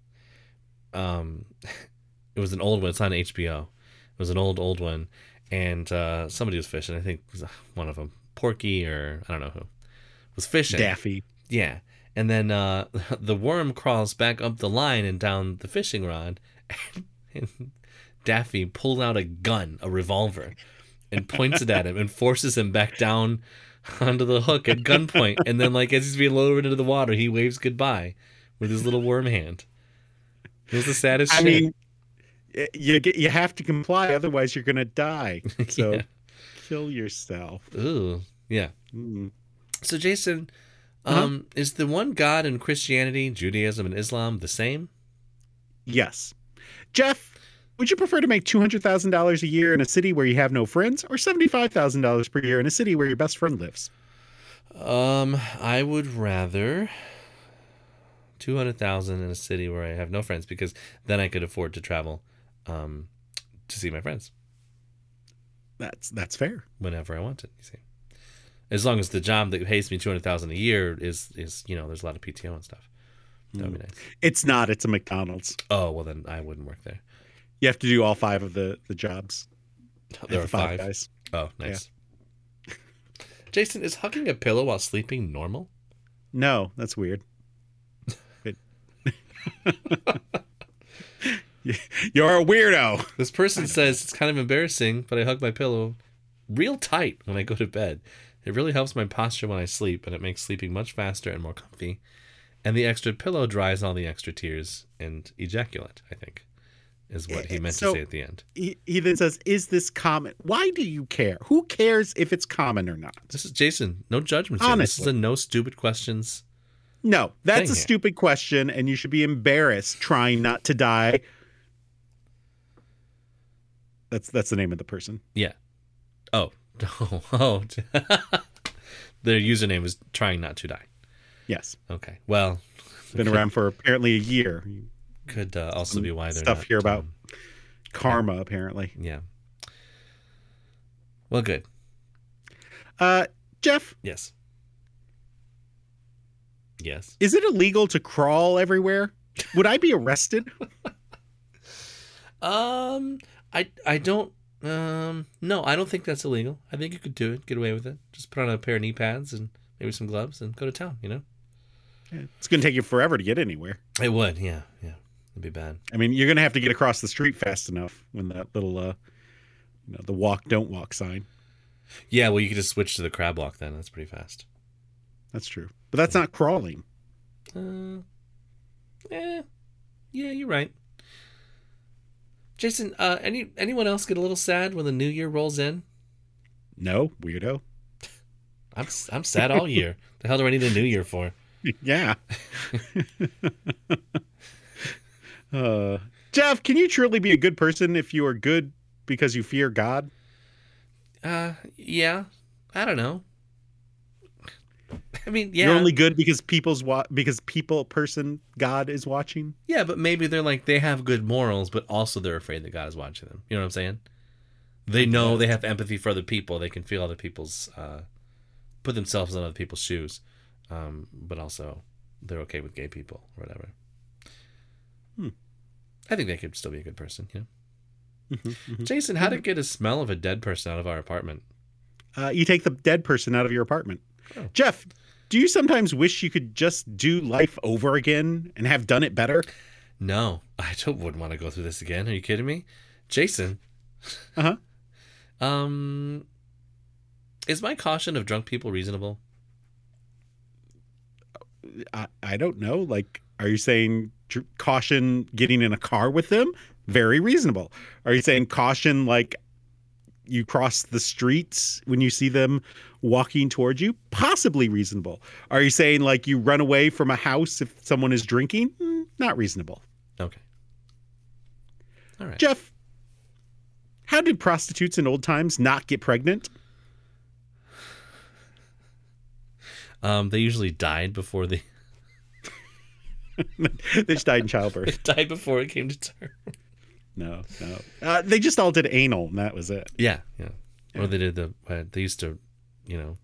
Speaker 1: um, it was an old one. It's on HBO. It was an old, old one, and uh, somebody was fishing. I think it was one of them, Porky or I don't know who was fishing.
Speaker 2: Daffy.
Speaker 1: Yeah. And then uh, the worm crawls back up the line and down the fishing rod. And, Daffy pulled out a gun, a revolver, and points it at him and forces him back down onto the hook at gunpoint. And then, like, as he's being lowered into the water, he waves goodbye with his little worm hand. It was the saddest
Speaker 2: I
Speaker 1: shit.
Speaker 2: mean, y- you get, you have to comply, otherwise you're gonna die. So
Speaker 1: Yeah.
Speaker 2: kill yourself.
Speaker 1: Ooh, yeah.
Speaker 2: Mm.
Speaker 1: So, Jason,
Speaker 2: Uh-huh.
Speaker 1: um, is the one God in Christianity, Judaism, and Islam the same?
Speaker 2: Yes, Jeff. Would you prefer to make two hundred thousand dollars a year in a city where you have no friends, or seventy-five thousand dollars per year in a city where your best friend lives?
Speaker 1: Um, I would rather two hundred thousand in a city where I have no friends because then I could afford to travel, um, to see my friends
Speaker 2: That's that's fair.
Speaker 1: whenever I want it. You see, as long as the job that pays me two hundred thousand a year is is you know there's a lot of PTO and stuff. That would be nice.
Speaker 2: It's not. It's a McDonald's.
Speaker 1: Oh well, then I wouldn't work there.
Speaker 2: You have to do all five of the the jobs.
Speaker 1: There
Speaker 2: The
Speaker 1: are five.
Speaker 2: guys.
Speaker 1: Oh, nice. Jason, is hugging a pillow while sleeping normal?
Speaker 2: No, that's weird. It- You're a weirdo.
Speaker 1: This person says it's kind of embarrassing, but I hug my pillow real tight when I go to bed. It really helps my posture when I sleep, and it makes sleeping much faster and more comfy. And the extra pillow dries all the extra tears and ejaculate, I think, is what he meant
Speaker 2: Eh, So-
Speaker 1: to say at the end.
Speaker 2: He, he then says, "Is this common? Why do you care? Who cares if it's common or not?"
Speaker 1: This is Jason. No judgments. Here. This is
Speaker 2: Honestly.
Speaker 1: a no stupid questions.
Speaker 2: No, that's
Speaker 1: Thing
Speaker 2: a
Speaker 1: here.
Speaker 2: stupid question, and you should be embarrassed trying not to die. That's that's the name of the person.
Speaker 1: Yeah. Oh. Oh. oh. Their username is trying not to die.
Speaker 2: Yes,
Speaker 1: Okay. Well,
Speaker 2: been around for apparently a year.
Speaker 1: could uh, also be why they're
Speaker 2: Stuff
Speaker 1: not,
Speaker 2: here about
Speaker 1: um,
Speaker 2: karma, apparently.
Speaker 1: yeah. Well, good.
Speaker 2: Uh, Jeff,
Speaker 1: Yes. Yes.
Speaker 2: is it illegal to crawl everywhere? Would I be arrested?
Speaker 1: Um, I I don't. Um, no, I don't think that's illegal. I think you could do it, get away with it. Just put on a pair of knee pads and maybe some gloves and go to town. You know,
Speaker 2: It's going to take you forever to get anywhere.
Speaker 1: it would. Yeah, yeah, it'd be bad.
Speaker 2: I mean, you're going to have to get across the street fast enough when that little, uh, you know, the walk, don't walk sign.
Speaker 1: Yeah, well, you could just switch to the crab walk then. That's pretty fast.
Speaker 2: That's true. But that's not crawling.
Speaker 1: Uh, yeah, yeah, you're right. Jason, uh, any anyone else get a little sad when the new year rolls in?
Speaker 2: No, weirdo.
Speaker 1: I'm I'm sad all year. the hell do I need a new year for?
Speaker 2: yeah. uh, Jeff, can you truly be a good person if you are good because you fear God?
Speaker 1: Uh, yeah. I don't know. I mean, yeah,
Speaker 2: You're only good because people's wa- because people person God is watching.
Speaker 1: yeah, but maybe they're like they have good morals, but also they're afraid that God is watching them. You know what I'm saying? They know they have empathy for other people. They can feel other people's, uh, put themselves in other people's shoes, um, but also they're okay with gay people or whatever. Hmm. I think they could still be a good person. You know,
Speaker 2: Mm-hmm,
Speaker 1: Jason, how to get a smell of a dead person out of our apartment?
Speaker 2: Uh, you take the dead person out of your apartment.
Speaker 1: Oh.
Speaker 2: Jeff, do you sometimes wish you could just do life over again and have done it better?
Speaker 1: No, I don't wouldn't want to go through this again. Are you kidding me? Jason.
Speaker 2: Uh-huh.
Speaker 1: Um Is my caution of drunk people reasonable?
Speaker 2: I, I don't know. Like, are you saying dr- caution getting in a car with them? Very reasonable. Are you saying caution like you cross the streets when you see them walking towards you? Possibly reasonable. Are you saying like you run away from a house if someone is drinking? Mm, Not reasonable.
Speaker 1: Okay. All right.
Speaker 2: Jeff, how did prostitutes in old times not get pregnant?
Speaker 1: Um they usually died before they
Speaker 2: they just died in childbirth.
Speaker 1: died before it came to term.
Speaker 2: No, no. Uh, they just all did anal, and that was it.
Speaker 1: Yeah, yeah. Or they did the uh, they used to, you know,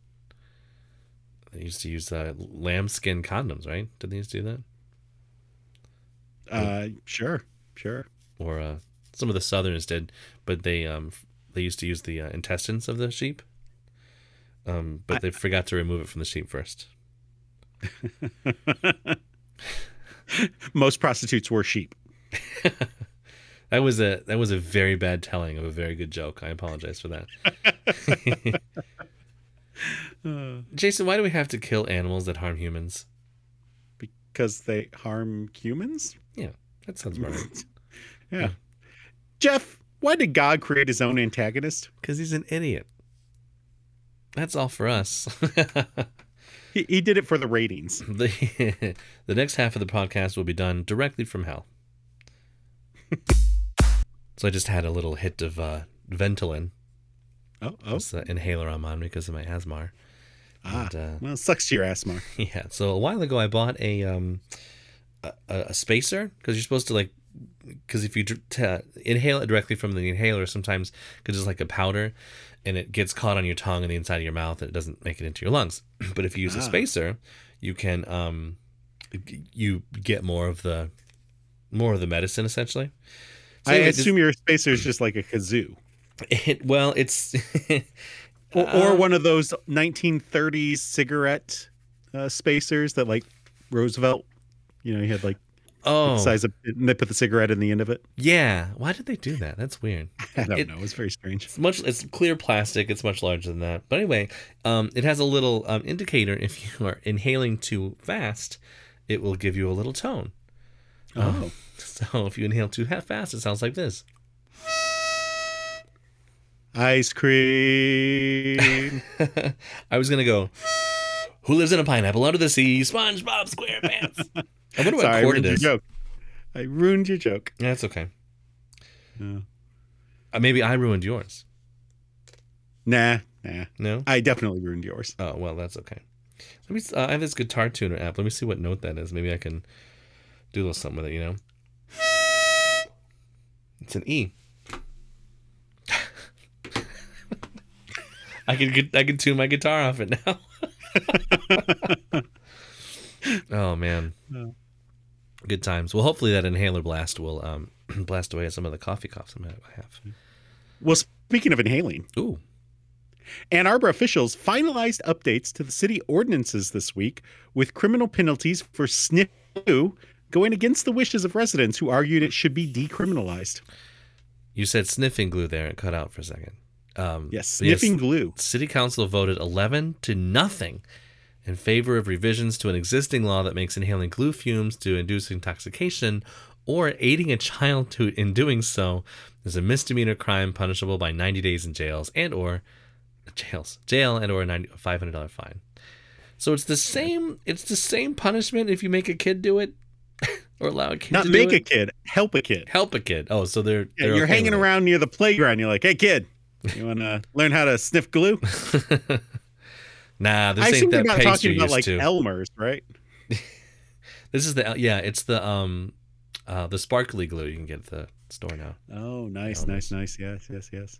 Speaker 1: they used to use uh, lambskin condoms, right? Did they used to do that? Hmm.
Speaker 2: Uh, sure, sure.
Speaker 1: Or uh, some of the Southerners did, but they um they used to use the uh, intestines of the sheep Um, but they forgot to remove it from the sheet first.
Speaker 2: Most prostitutes were sheep.
Speaker 1: That was a that was a very bad telling of a very good joke. I apologize for that.
Speaker 2: uh,
Speaker 1: Jason, why do we have to kill animals that harm humans?
Speaker 2: because they harm humans.
Speaker 1: Yeah, that sounds about right.
Speaker 2: Yeah. Jeff, why did God create his own antagonist?
Speaker 1: Because he's an idiot. That's all for us.
Speaker 2: He, he did it for the ratings.
Speaker 1: the, the next half of the podcast will be done directly from hell. so I just had a little hit of uh, Ventolin,
Speaker 2: Oh, oh.
Speaker 1: it's the inhaler I'm on because of my asthma.
Speaker 2: Ah,
Speaker 1: And, uh,
Speaker 2: well, it sucks to your ass, Mark.
Speaker 1: Yeah. So a while ago, I bought a um a, a a spacer because you're supposed to like because if you dr- t- uh, inhale it directly from the inhaler, sometimes because it's like a powder, and it gets caught on your tongue and the inside of your mouth, and it doesn't make it into your lungs. But if you use a spacer, you can um g- you get more of the more of the medicine essentially. So
Speaker 2: I
Speaker 1: anyway,
Speaker 2: assume your spacer is just like a kazoo.
Speaker 1: this- it, well, it's
Speaker 2: Or,
Speaker 1: Uh,
Speaker 2: or one of those 1930s cigarette uh, spacers that, like Roosevelt, you know, he had like
Speaker 1: oh
Speaker 2: size of, and they put the cigarette in the end of it.
Speaker 1: yeah. Why did they do that? That's weird.
Speaker 2: I don't
Speaker 1: It-
Speaker 2: know. It's very strange.
Speaker 1: it's much it's clear plastic it's much larger than that but anyway um, it has a little um, indicator if you are inhaling too fast it will give you a little tone
Speaker 2: Oh,
Speaker 1: so if you inhale too ha- fast it sounds like this
Speaker 2: ice cream.
Speaker 1: i was gonna go who lives in a pineapple under the sea spongebob squarepants i wonder what
Speaker 2: Sorry, I
Speaker 1: chord
Speaker 2: ruined
Speaker 1: it
Speaker 2: your
Speaker 1: is
Speaker 2: joke. I ruined your joke.
Speaker 1: Yeah, that's okay uh, maybe i ruined yours
Speaker 2: Nah, nah.
Speaker 1: no
Speaker 2: I definitely ruined yours.
Speaker 1: oh well that's okay let me s- uh, i have this guitar tuner app let me see what note that is maybe i can do a little something with it you know It's an E. I can get- I can tune my guitar off it now. oh man, good times. Well, hopefully that inhaler blast will um, blast away some of the coffee coughs I'm- I have.
Speaker 2: Mm-hmm. Well, speaking of inhaling,
Speaker 1: Ooh,
Speaker 2: Ann Arbor officials finalized updates to the city ordinances this week with criminal penalties for sniffoo going against the wishes of residents who argued it should be decriminalized.
Speaker 1: you said sniffing glue there. It cut out for a second. Um,
Speaker 2: Yes,
Speaker 1: but yes,
Speaker 2: sniffing glue.
Speaker 1: City Council voted 11 to nothing in favor of revisions to an existing law that makes inhaling glue fumes to induce intoxication or aiding a child to in doing so is a misdemeanor crime punishable by 90 days in jails and or jails jail and or a 90 $500 fine. So it's the same it's the same punishment if you make a kid do it or allow a kid
Speaker 2: Not
Speaker 1: to
Speaker 2: make
Speaker 1: do
Speaker 2: a
Speaker 1: it.
Speaker 2: kid, help a kid.
Speaker 1: help a kid. Oh, so they're,
Speaker 2: Yeah,
Speaker 1: they're
Speaker 2: you're
Speaker 1: okay
Speaker 2: hanging
Speaker 1: with it.
Speaker 2: around near the playground. You're like, hey, kid, you want to learn how to sniff glue?
Speaker 1: Nah, this
Speaker 2: I assume
Speaker 1: ain't
Speaker 2: you're
Speaker 1: that
Speaker 2: not
Speaker 1: pace
Speaker 2: talking
Speaker 1: you're
Speaker 2: about
Speaker 1: used
Speaker 2: like
Speaker 1: to.
Speaker 2: Elmer's, right?
Speaker 1: This is the yeah, it's the um uh the sparkly glue you can get at the store now.
Speaker 2: Oh, nice, nice, nice. Yes, yes, yes.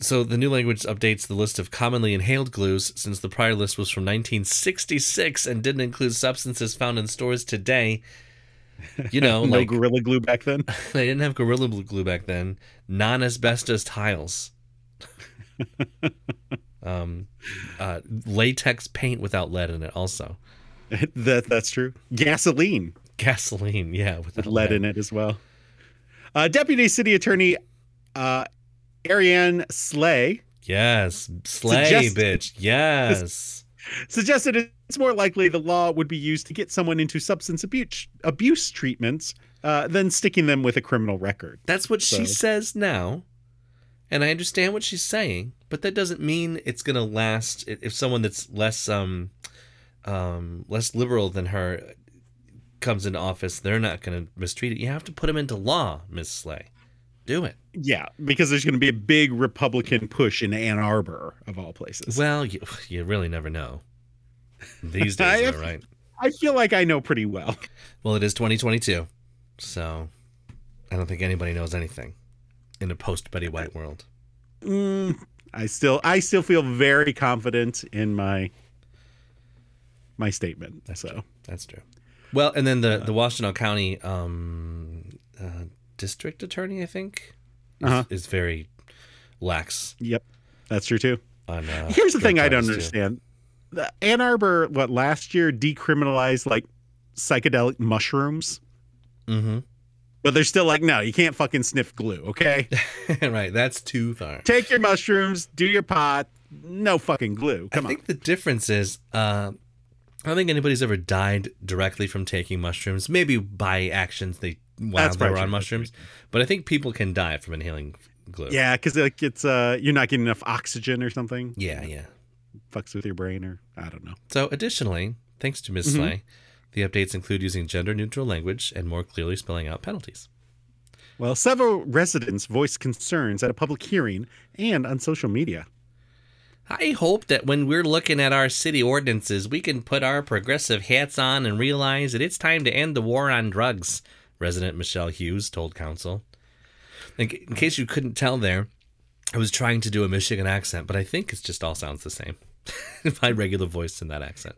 Speaker 1: So the new language updates the list of commonly inhaled glues since the prior list was from 1966 and didn't include substances found in stores today. You know,
Speaker 2: No
Speaker 1: Oh, like
Speaker 2: gorilla glue back then.
Speaker 1: they didn't have gorilla glue back then. Non-asbestos tiles. um uh latex paint without lead in it also.
Speaker 2: that that's true. Gasoline.
Speaker 1: Gasoline, yeah, without
Speaker 2: lead in it as well. Uh, Deputy City Attorney uh, Ariane Slay
Speaker 1: Yes, slay
Speaker 2: Suggest-
Speaker 1: bitch. Yes.
Speaker 2: suggested it's more likely the law would be used to get someone into substance abuse abuse treatments uh, than sticking them with a criminal record.
Speaker 1: That's what
Speaker 2: So-
Speaker 1: she says now. And I understand what she's saying, but that doesn't mean it's going to last i- if someone that's less um um less liberal than her comes into office, they're not going to mistreat it. You have to put them into law, Miss Slay. Do it.
Speaker 2: Yeah, because there's going to be a big Republican push in Ann Arbor of all places.
Speaker 1: Well, you, you really never know. These
Speaker 2: I
Speaker 1: days,
Speaker 2: have-
Speaker 1: though, right?
Speaker 2: I feel like I know pretty well.
Speaker 1: Well, it is 2022. So I don't think anybody knows anything in a post Betty White world.
Speaker 2: Mm, I still I still feel very confident in my my statement. So
Speaker 1: That's true. Well, and then
Speaker 2: Uh,
Speaker 1: the the Washington County um, uh, district attorney, I think, is,
Speaker 2: Uh-huh.
Speaker 1: is very lax.
Speaker 2: yep. That's true too.
Speaker 1: On, uh,
Speaker 2: Here's the
Speaker 1: drug
Speaker 2: thing I don't
Speaker 1: trials, too.
Speaker 2: understand. The Ann Arbor, what last year decriminalized like psychedelic mushrooms,
Speaker 1: Mhm.
Speaker 2: but they're still like, no, you can't fucking sniff glue. Okay,
Speaker 1: Mm-hmm. right, that's too far.
Speaker 2: take your mushrooms, do your pot, no fucking glue. Come
Speaker 1: I
Speaker 2: on.
Speaker 1: think the difference is uh, I don't think anybody's ever died directly from taking mushrooms. Maybe by actions they while
Speaker 2: That's
Speaker 1: they were
Speaker 2: probably
Speaker 1: on
Speaker 2: true.
Speaker 1: mushrooms, but I think people can die from inhaling glue.
Speaker 2: Yeah, because like it's uh, you're not getting enough oxygen or something.
Speaker 1: yeah, yeah.
Speaker 2: Fucks with your brain or I don't know.
Speaker 1: So, additionally, thanks to Ms. Slay, the updates include using gender-neutral language and more clearly spelling out penalties.
Speaker 2: Well, several residents voiced concerns at a public hearing and on social media.
Speaker 1: I hope that when we're looking at our city ordinances, we can put our progressive hats on and realize that it's time to end the war on drugs, resident Michelle Hughes told council. In, c- in case you couldn't tell there, I was trying to do a Michigan accent, but I think it just all sounds the same. My regular voice in that accent.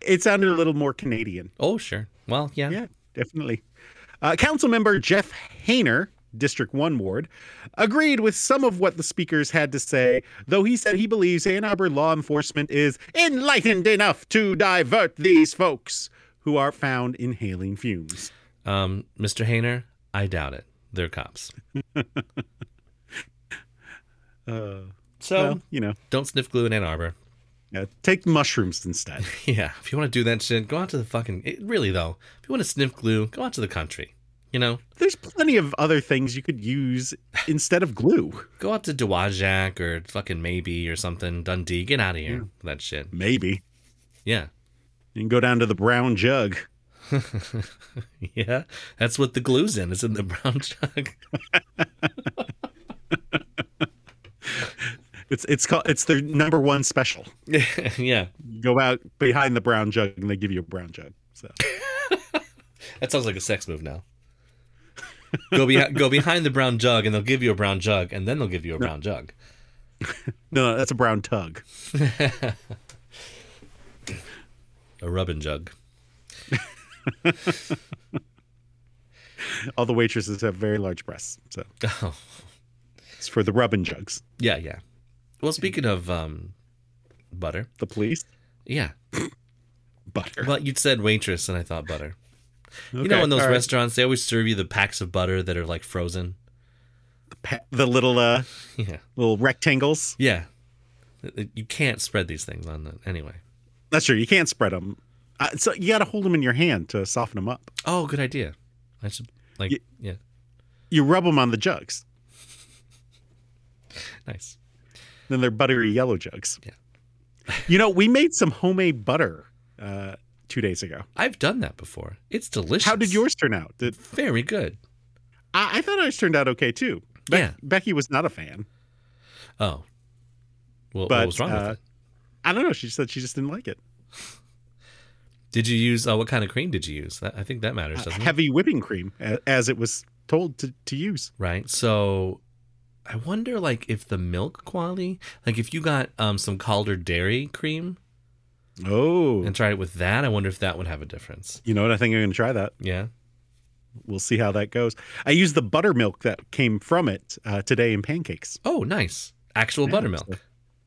Speaker 2: It sounded a little more Canadian.
Speaker 1: Oh, sure. Well, yeah.
Speaker 2: Yeah, definitely. Uh, Council member Jeff Hayner, District 1 ward, agreed with some of what the speakers had to say, though he said he believes Ann Arbor law enforcement is enlightened enough to divert these folks who are found inhaling fumes.
Speaker 1: Um, Mr. Hayner, I doubt it. They're cops.
Speaker 2: Uh,
Speaker 1: So
Speaker 2: well, you know,
Speaker 1: don't sniff glue in Ann Arbor.
Speaker 2: uh, take mushrooms instead.
Speaker 1: Yeah, if you want to do that shit, go out to the fucking. It, really though, if you want to sniff glue, go out to the country. You know,
Speaker 2: There's plenty of other things you could use instead of glue.
Speaker 1: go out to Dowagiac or fucking maybe or something Dundee. Get out of here, with that shit.
Speaker 2: Maybe.
Speaker 1: Yeah,
Speaker 2: You can go down to the brown jug.
Speaker 1: yeah, that's what the glue's in. It's in the brown jug.
Speaker 2: It's it's called it's their number one special.
Speaker 1: yeah,
Speaker 2: You go out behind the brown jug and they give you a brown jug. So
Speaker 1: that sounds like a sex move now. Go be go behind the brown jug, and they'll give you a brown jug, and then they'll give you a brown jug.
Speaker 2: no, no, that's a brown tug.
Speaker 1: A rubbin jug.
Speaker 2: All the waitresses have very large breasts, so
Speaker 1: Oh,
Speaker 2: it's for the rubbin jugs.
Speaker 1: yeah, yeah. Well, speaking of um, butter,
Speaker 2: The police
Speaker 1: yeah.
Speaker 2: butter.
Speaker 1: Well, you'd said waitress, and I thought butter. You
Speaker 2: Okay,
Speaker 1: know, in those
Speaker 2: all right.
Speaker 1: restaurants, they always serve you the packs of butter that are like frozen.
Speaker 2: Pa- the little uh
Speaker 1: Yeah,
Speaker 2: little rectangles.
Speaker 1: yeah. Uh, You can't spread these things on the anyway.
Speaker 2: That's true. You can't spread them. Uh, so you got to hold them in your hand to soften them up.
Speaker 1: Oh, good idea. I should like
Speaker 2: Ye-
Speaker 1: yeah,
Speaker 2: You rub them on the jugs.
Speaker 1: nice.
Speaker 2: Then they're buttery yellow jugs.
Speaker 1: Yeah.
Speaker 2: you know, we made some homemade butter uh, two days ago.
Speaker 1: I've done that before. It's delicious.
Speaker 2: How did yours turn out? Did
Speaker 1: Very good.
Speaker 2: I, I thought ours turned out okay too. Be-
Speaker 1: Yeah.
Speaker 2: Becky was not a fan.
Speaker 1: Oh, well,
Speaker 2: But,
Speaker 1: what was wrong
Speaker 2: uh,
Speaker 1: with it?
Speaker 2: I don't know. She said she just didn't like it.
Speaker 1: Did you use? Oh, what kind of cream did you use? That, I think that
Speaker 2: Uh,
Speaker 1: matters, doesn't it?
Speaker 2: Heavy whipping cream, a- as it was told to, to use.
Speaker 1: Right. So, I wonder like if the milk quality, like if you got um some Calder dairy cream
Speaker 2: Oh,
Speaker 1: and tried it with that, I wonder if that would have a difference.
Speaker 2: you know what? I think I'm going to try that.
Speaker 1: Yeah.
Speaker 2: We'll see how that goes. I used the buttermilk that came from it uh, today in pancakes.
Speaker 1: Oh, nice. Actual
Speaker 2: Yeah,
Speaker 1: buttermilk.
Speaker 2: so-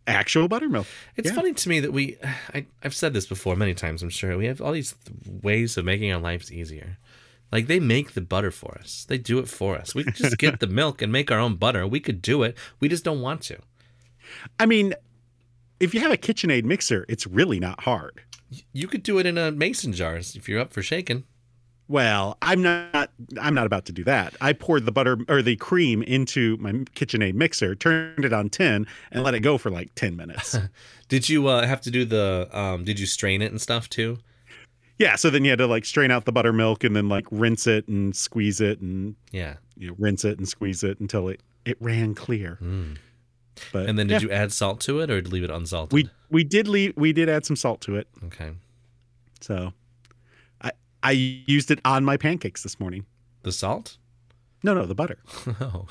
Speaker 2: Actual buttermilk.
Speaker 1: It's
Speaker 2: yeah.
Speaker 1: funny to me that we, I, I've said this before many times, I'm sure. We have all these th- ways of making our lives easier. Like they make the butter for us, they do it for us. We could just get the milk and make our own butter. We could do it. We just don't want to.
Speaker 2: I mean, if you have a KitchenAid mixer, it's really not hard.
Speaker 1: You could do it in a mason jars if you're up for shaking.
Speaker 2: Well, I'm not. I'm not about to do that. I poured the butter or the cream into my KitchenAid mixer, turned it on ten, and let it go for like ten minutes.
Speaker 1: Did you uh, have to do the, um, did you strain it and stuff too?
Speaker 2: yeah. So then you had to like strain out the buttermilk and then like rinse it and squeeze it and
Speaker 1: Yeah.
Speaker 2: you know, rinse it and squeeze it until it it ran clear. But
Speaker 1: And then did
Speaker 2: Mm. yeah,
Speaker 1: you add salt to it or leave it unsalted?
Speaker 2: we we did leave we did add some salt to it.
Speaker 1: okay.
Speaker 2: So I I used it on my pancakes this morning.
Speaker 1: The salt?
Speaker 2: No, no, the butter
Speaker 1: Oh.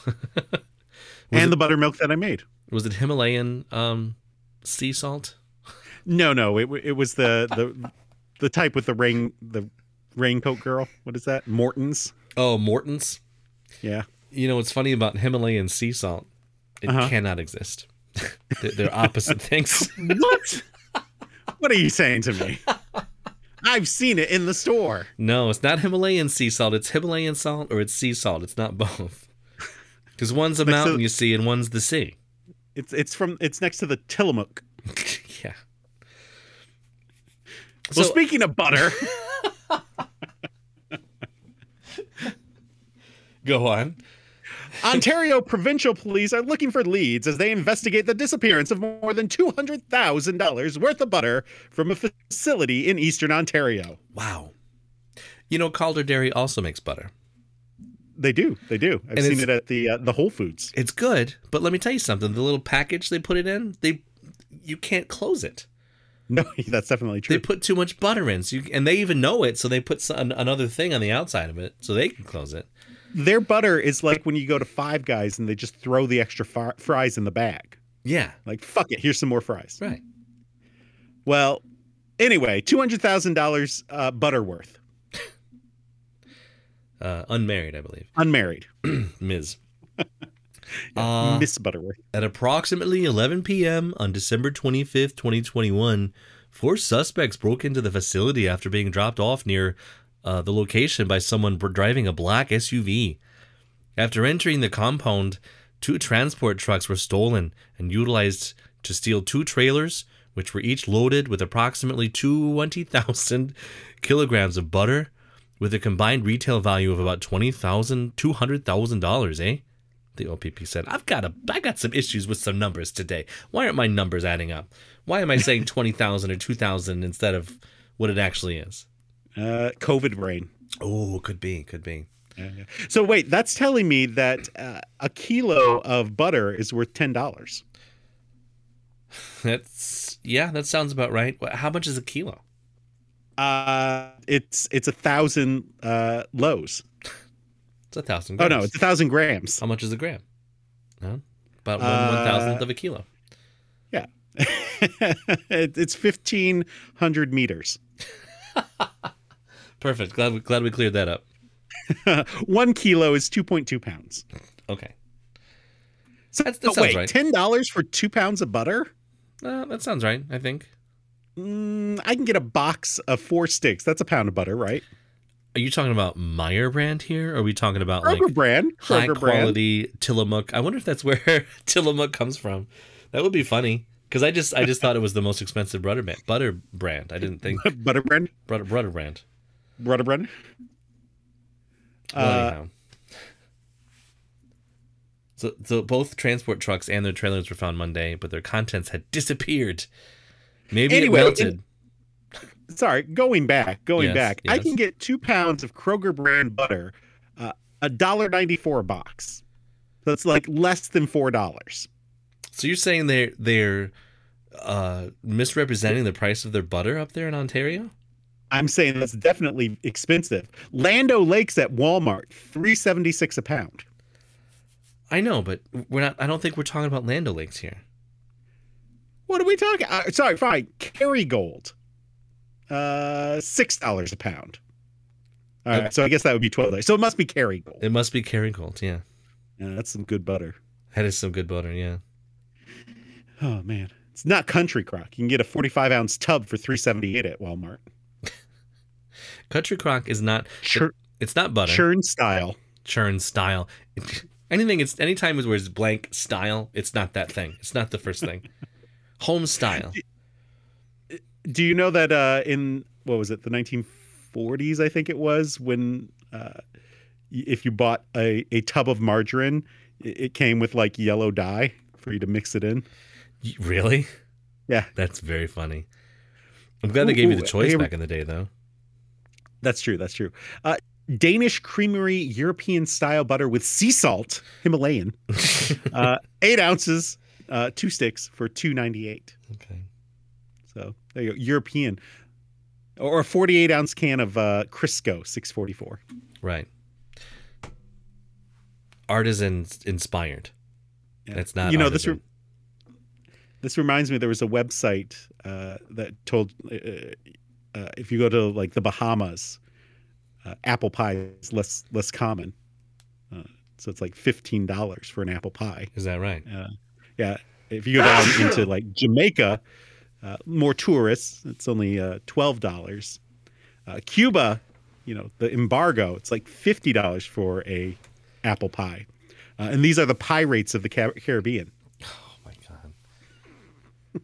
Speaker 2: and the buttermilk that I made.
Speaker 1: Was it Himalayan um, sea salt?
Speaker 2: No, no, it w- it was the the the type with the rain the raincoat girl. What is that? Morton's.
Speaker 1: Oh, Morton's.
Speaker 2: Yeah.
Speaker 1: You know what's funny about Himalayan sea salt? It
Speaker 2: Uh-huh.
Speaker 1: cannot exist. They're, they're opposite things.
Speaker 2: What? what are you saying to me? I've seen it in the store.
Speaker 1: No, it's not Himalayan sea salt. It's Himalayan salt or it's sea salt. It's not both. Because one's a
Speaker 2: so-
Speaker 1: mountain you see and one's the sea.
Speaker 2: It's it's from it's next to the Tillamook.
Speaker 1: yeah.
Speaker 2: Well,
Speaker 1: So-
Speaker 2: speaking of butter,
Speaker 1: Go on.
Speaker 2: Ontario provincial police are looking for leads as they investigate the disappearance of more than two hundred thousand dollars worth of butter from a facility in eastern Ontario.
Speaker 1: Wow. You know, Calder Dairy also makes butter.
Speaker 2: They do, they do. I've
Speaker 1: And
Speaker 2: seen
Speaker 1: it's-
Speaker 2: it at the uh, the Whole Foods.
Speaker 1: It's good, but let me tell you something. The little package they put it in, they you can't close it.
Speaker 2: No, that's definitely
Speaker 1: They
Speaker 2: true.
Speaker 1: put too much butter in, so you, and they even know it, so they put some, another thing on the outside of it so they can close it.
Speaker 2: Their butter is like when you go to Five Guys and they just throw the extra fri- fries in the bag.
Speaker 1: Yeah,
Speaker 2: Like fuck it, here's some more fries.
Speaker 1: right.
Speaker 2: Well, anyway, two hundred thousand dollars uh, butter worth,
Speaker 1: Uh, unmarried, I believe,
Speaker 2: unmarried,
Speaker 1: Ms. Uh,
Speaker 2: Miss Butterworth.
Speaker 1: At approximately 11 p.m. on December 25th, 2021, four suspects broke into the facility after being dropped off near uh, the location by someone br- driving a black SUV. After entering the compound, two transport trucks were stolen and utilized to steal two trailers, which were each loaded with approximately 20,000 kilograms of butter, with a combined retail value of about $20,000, $200,000, eh? The OPP said, "I've got a, I got some issues with some numbers today. Why aren't my numbers adding up? Why am I saying twenty thousand or two thousand instead of what it actually is?
Speaker 2: Uh, COVID brain.
Speaker 1: Oh, could be, could be.
Speaker 2: So wait, that's telling me that uh, a kilo of butter is worth ten dollars.
Speaker 1: That's yeah, that sounds about right. Wha- How much is a kilo?
Speaker 2: Uh, it's it's a thousand uh, lows.
Speaker 1: It's a thousand.
Speaker 2: Oh
Speaker 1: Grams.
Speaker 2: no, it's a thousand grams.
Speaker 1: how much is a gram? Huh? About one
Speaker 2: Uh,
Speaker 1: one thousandth of a kilo.
Speaker 2: Yeah, It- it's fifteen hundred meters.
Speaker 1: Perfect. Glad we, glad we cleared that up.
Speaker 2: One kilo is two point two pounds.
Speaker 1: Okay,
Speaker 2: So,
Speaker 1: That's- that
Speaker 2: but
Speaker 1: sounds
Speaker 2: wait,
Speaker 1: right.
Speaker 2: ten dollars for two pounds of butter?
Speaker 1: uh, that sounds right. I think.
Speaker 2: Mm, I can get a box of four sticks. That's a pound of butter, right?
Speaker 1: Are you talking about Meyer brand here? Or are we talking about
Speaker 2: Kroger
Speaker 1: like
Speaker 2: brand.
Speaker 1: high
Speaker 2: Kroger brand.
Speaker 1: quality Tillamook. I wonder if that's where Tillamook comes from. That would be funny because I just I just thought it was the most expensive butter brand. Butter brand. I didn't think
Speaker 2: Butter brand.
Speaker 1: butter, butter brand.
Speaker 2: Butter brand.
Speaker 1: Well,
Speaker 2: Uh,
Speaker 1: anyhow. So, so both transport trucks and their trailers were found Monday, but their contents had disappeared. Maybe
Speaker 2: Anyway,
Speaker 1: it melted.
Speaker 2: sorry, going back, going
Speaker 1: Yes,
Speaker 2: back, I
Speaker 1: yes.
Speaker 2: can get two pounds of Kroger brand butter, uh, a dollar ninety four a box. That's like less than four dollars.
Speaker 1: So you're saying they're they're uh, misrepresenting the price of their butter up there in Ontario?
Speaker 2: I'm saying that's definitely expensive. Lando Lakes at Walmart, three seventy six a pound.
Speaker 1: I know, but we're not. I don't think we're talking about Land O'Lakes here.
Speaker 2: What are we talking? Uh, sorry, fine. Kerrygold, uh, six dollars a pound. All right, so I guess that would be twelve dollars. So it must be Kerrygold.
Speaker 1: It must be Kerrygold, yeah.
Speaker 2: Yeah, that's some good butter.
Speaker 1: That is some good butter, yeah.
Speaker 2: Oh man, it's not country crock. You can get a forty five ounce tub for three seventy eight at Walmart.
Speaker 1: Country crock is not
Speaker 2: Chur-
Speaker 1: it's not butter.
Speaker 2: churn style.
Speaker 1: Churn style. Anything it's anytime is where it's blank style, it's not that thing. It's not the first thing. Home style.
Speaker 2: Do you know that uh, in what was it the 1940s? I think it was when uh, y- if you bought a, a tub of margarine, i- it came with like yellow dye for you to mix it in.
Speaker 1: Y- Really?
Speaker 2: Yeah,
Speaker 1: That's very funny. I'm glad they gave you
Speaker 2: Ooh,
Speaker 1: the choice
Speaker 2: hey-
Speaker 1: back in the day though.
Speaker 2: that's true. That's true. Uh, Danish creamery European style butter with sea salt, Himalayan, uh, eight ounces, uh, two sticks for two ninety eight.
Speaker 1: Okay.
Speaker 2: So there you go, European, or a forty eight ounce can of uh, Crisco, six forty four.
Speaker 1: Right. Artisan inspired. That's not
Speaker 2: you know this.
Speaker 1: artisan.
Speaker 2: Re- this reminds me, there was a website uh, that told uh, uh, if you go to like the Bahamas, uh, apple pie is less less common. Uh, so it's like fifteen dollars for an apple pie.
Speaker 1: Is that right?
Speaker 2: Yeah, If you go down into like Jamaica, uh, more tourists, it's only uh, twelve dollars. Uh, Cuba, you know, the embargo, it's like fifty dollars for a apple pie, uh, and these are the pie rates of the Ca- Caribbean.
Speaker 1: Oh my god.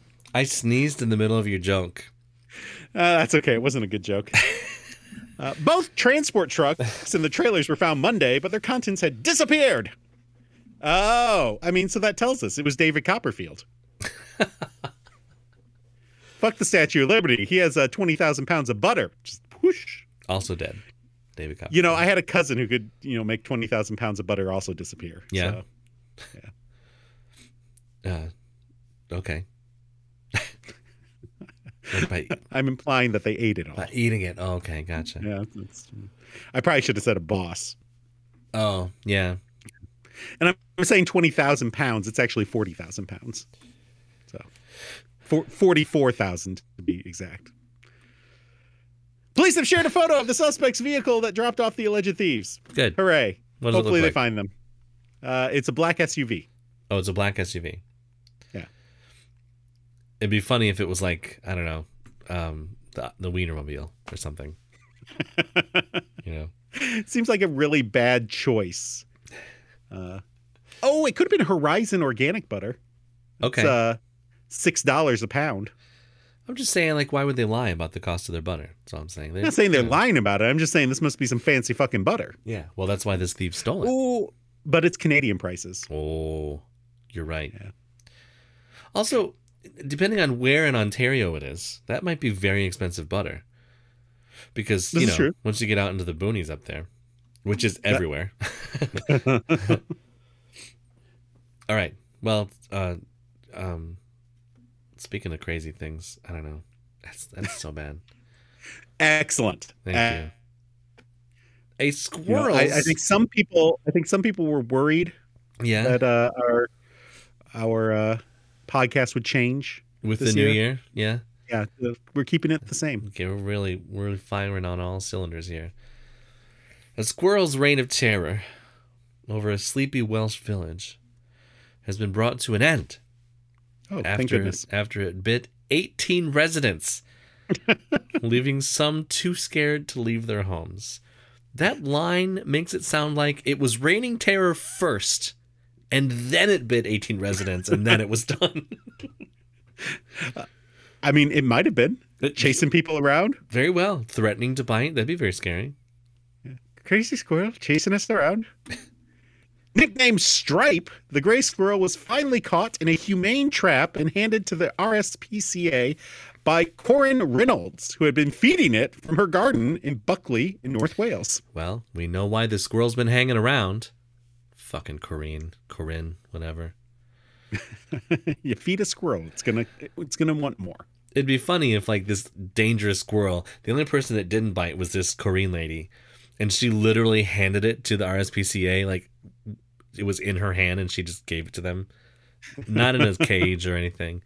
Speaker 1: I sneezed in the middle of your joke.
Speaker 2: Uh, that's okay. It wasn't a good joke. Uh, both transport trucks and the trailers were found Monday, but their contents had disappeared. Oh, I mean, so that tells us it was David Copperfield. Fuck the Statue of Liberty. He has uh, 20,000 pounds of butter. Just whoosh.
Speaker 1: Also dead. David Copper.
Speaker 2: You know, I had a cousin who could, you know, make 20,000 pounds of butter also disappear.
Speaker 1: Yeah.
Speaker 2: So,
Speaker 1: Uh, okay. Like by,
Speaker 2: I'm implying that they ate it all.
Speaker 1: by eating it. Oh, okay, gotcha.
Speaker 2: Yeah. that's- I probably should have said a boss.
Speaker 1: Oh, yeah.
Speaker 2: And I'm- I'm saying 20,000 pounds. It's actually 40,000 pounds. So for, 44,000 to be exact. Police have shared a photo of the suspect's vehicle that dropped off the alleged thieves.
Speaker 1: Good.
Speaker 2: Hooray.
Speaker 1: What does it look
Speaker 2: Hopefully they
Speaker 1: like?
Speaker 2: find them. Uh, it's a black SUV.
Speaker 1: Oh, it's a black SUV.
Speaker 2: Yeah.
Speaker 1: It'd be funny if it was like, I don't know, um, the, the Wienermobile or something. you know?
Speaker 2: It seems like a really bad choice. Uh, oh, it could have been Horizon Organic Butter.
Speaker 1: Okay.
Speaker 2: It's uh, $6 a pound.
Speaker 1: I'm just saying, like, why would they lie about the cost of their butter? That's all I'm saying. They,
Speaker 2: I'm not saying they're
Speaker 1: you know.
Speaker 2: lying about it. I'm just saying this must be some fancy fucking butter.
Speaker 1: Yeah. Well, that's why this thief stole it.
Speaker 2: Ooh, but it's Canadian prices.
Speaker 1: Oh, you're right.
Speaker 2: Yeah.
Speaker 1: Also, depending on where in Ontario it is, that might be very expensive butter. Because,
Speaker 2: This
Speaker 1: you
Speaker 2: is
Speaker 1: know,
Speaker 2: true.
Speaker 1: once you get out into the boonies up there, which is everywhere. All right. Well, uh, um, speaking of crazy things, I don't know. That's that's so bad.
Speaker 2: Excellent.
Speaker 1: Thank
Speaker 2: Uh,
Speaker 1: you. A
Speaker 2: you know,
Speaker 1: squirrel.
Speaker 2: I, I think some people. I think some people were worried
Speaker 1: yeah.
Speaker 2: that uh, our our uh, podcast would change
Speaker 1: with the
Speaker 2: this
Speaker 1: new year.
Speaker 2: year.
Speaker 1: Yeah.
Speaker 2: Yeah, uh, we're keeping it the same.
Speaker 1: Okay, we're really we're firing on all cylinders here. A squirrel's reign of terror over a sleepy Welsh village has been brought to an end
Speaker 2: Oh, thank
Speaker 1: after
Speaker 2: goodness.
Speaker 1: after it bit 18 residents, leaving some too scared to leave their homes. That line makes it sound like it was raining terror first, and then it bit 18 residents, and then it was done.
Speaker 2: I mean, it might have been chasing people around.
Speaker 1: Very well, threatening to bite. That'd be very scary.
Speaker 2: Crazy squirrel chasing us around. Nicknamed Stripe, the gray squirrel was finally caught in a humane trap and handed to the RSPCA by Corin Reynolds, who had been feeding it from her garden in Buckley in North Wales.
Speaker 1: Well, we know why the squirrel's been hanging around. Fucking Corinne, Corinne, whatever.
Speaker 2: you feed a squirrel it's gonna it's gonna want more
Speaker 1: It'd be funny if like this dangerous squirrel, the only person that didn't bite was this Corinne lady, and she literally handed it to the RSPCA like it was in her hand and she just gave it to them, not in a cage or anything.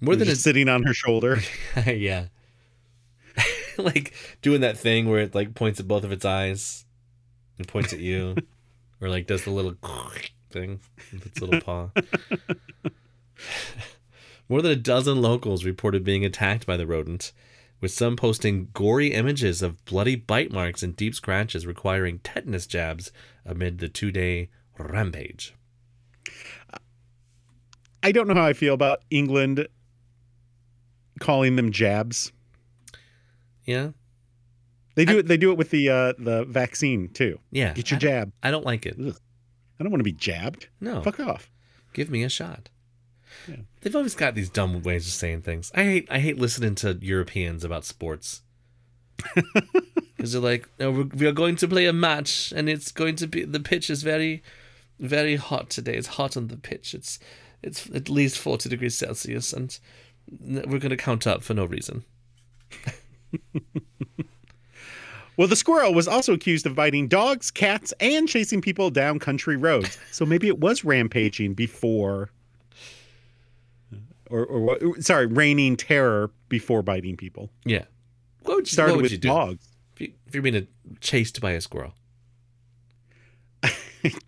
Speaker 1: More
Speaker 2: more than
Speaker 1: than a
Speaker 2: just sitting on her shoulder
Speaker 1: yeah. like doing that thing where it like points at both of its eyes and points at you or like does the little thing with its little paw. More than a dozen locals reported being attacked by the rodent, with some posting gory images of bloody bite marks and deep scratches requiring tetanus jabs amid the two day rampage.
Speaker 2: i don't know how i feel about england calling them jabs
Speaker 1: Yeah?
Speaker 2: they do it they do it with the uh the vaccine too
Speaker 1: Yeah.
Speaker 2: get your
Speaker 1: I don't- Oh.
Speaker 2: jab
Speaker 1: I don't like it.
Speaker 2: i don't want to be jabbed
Speaker 1: No.
Speaker 2: fuck off
Speaker 1: give me a shot. They've always got these dumb ways of saying things. I hate I hate listening to Europeans about sports because they're like, "No, we're, we are going to play a match, and it's going to be the pitch is very, very hot today. It's hot on the pitch. It's it's at least forty degrees Celsius, and we're going to count up for no reason."
Speaker 2: well the squirrel was also accused of biting dogs cats and chasing people down country roads so maybe it was rampaging before uh, or, or what, sorry raining terror before biting people
Speaker 1: Yeah, what would you,
Speaker 2: started
Speaker 1: what would you
Speaker 2: with
Speaker 1: do
Speaker 2: dogs
Speaker 1: if, you, if you're being a, chased by a squirrel?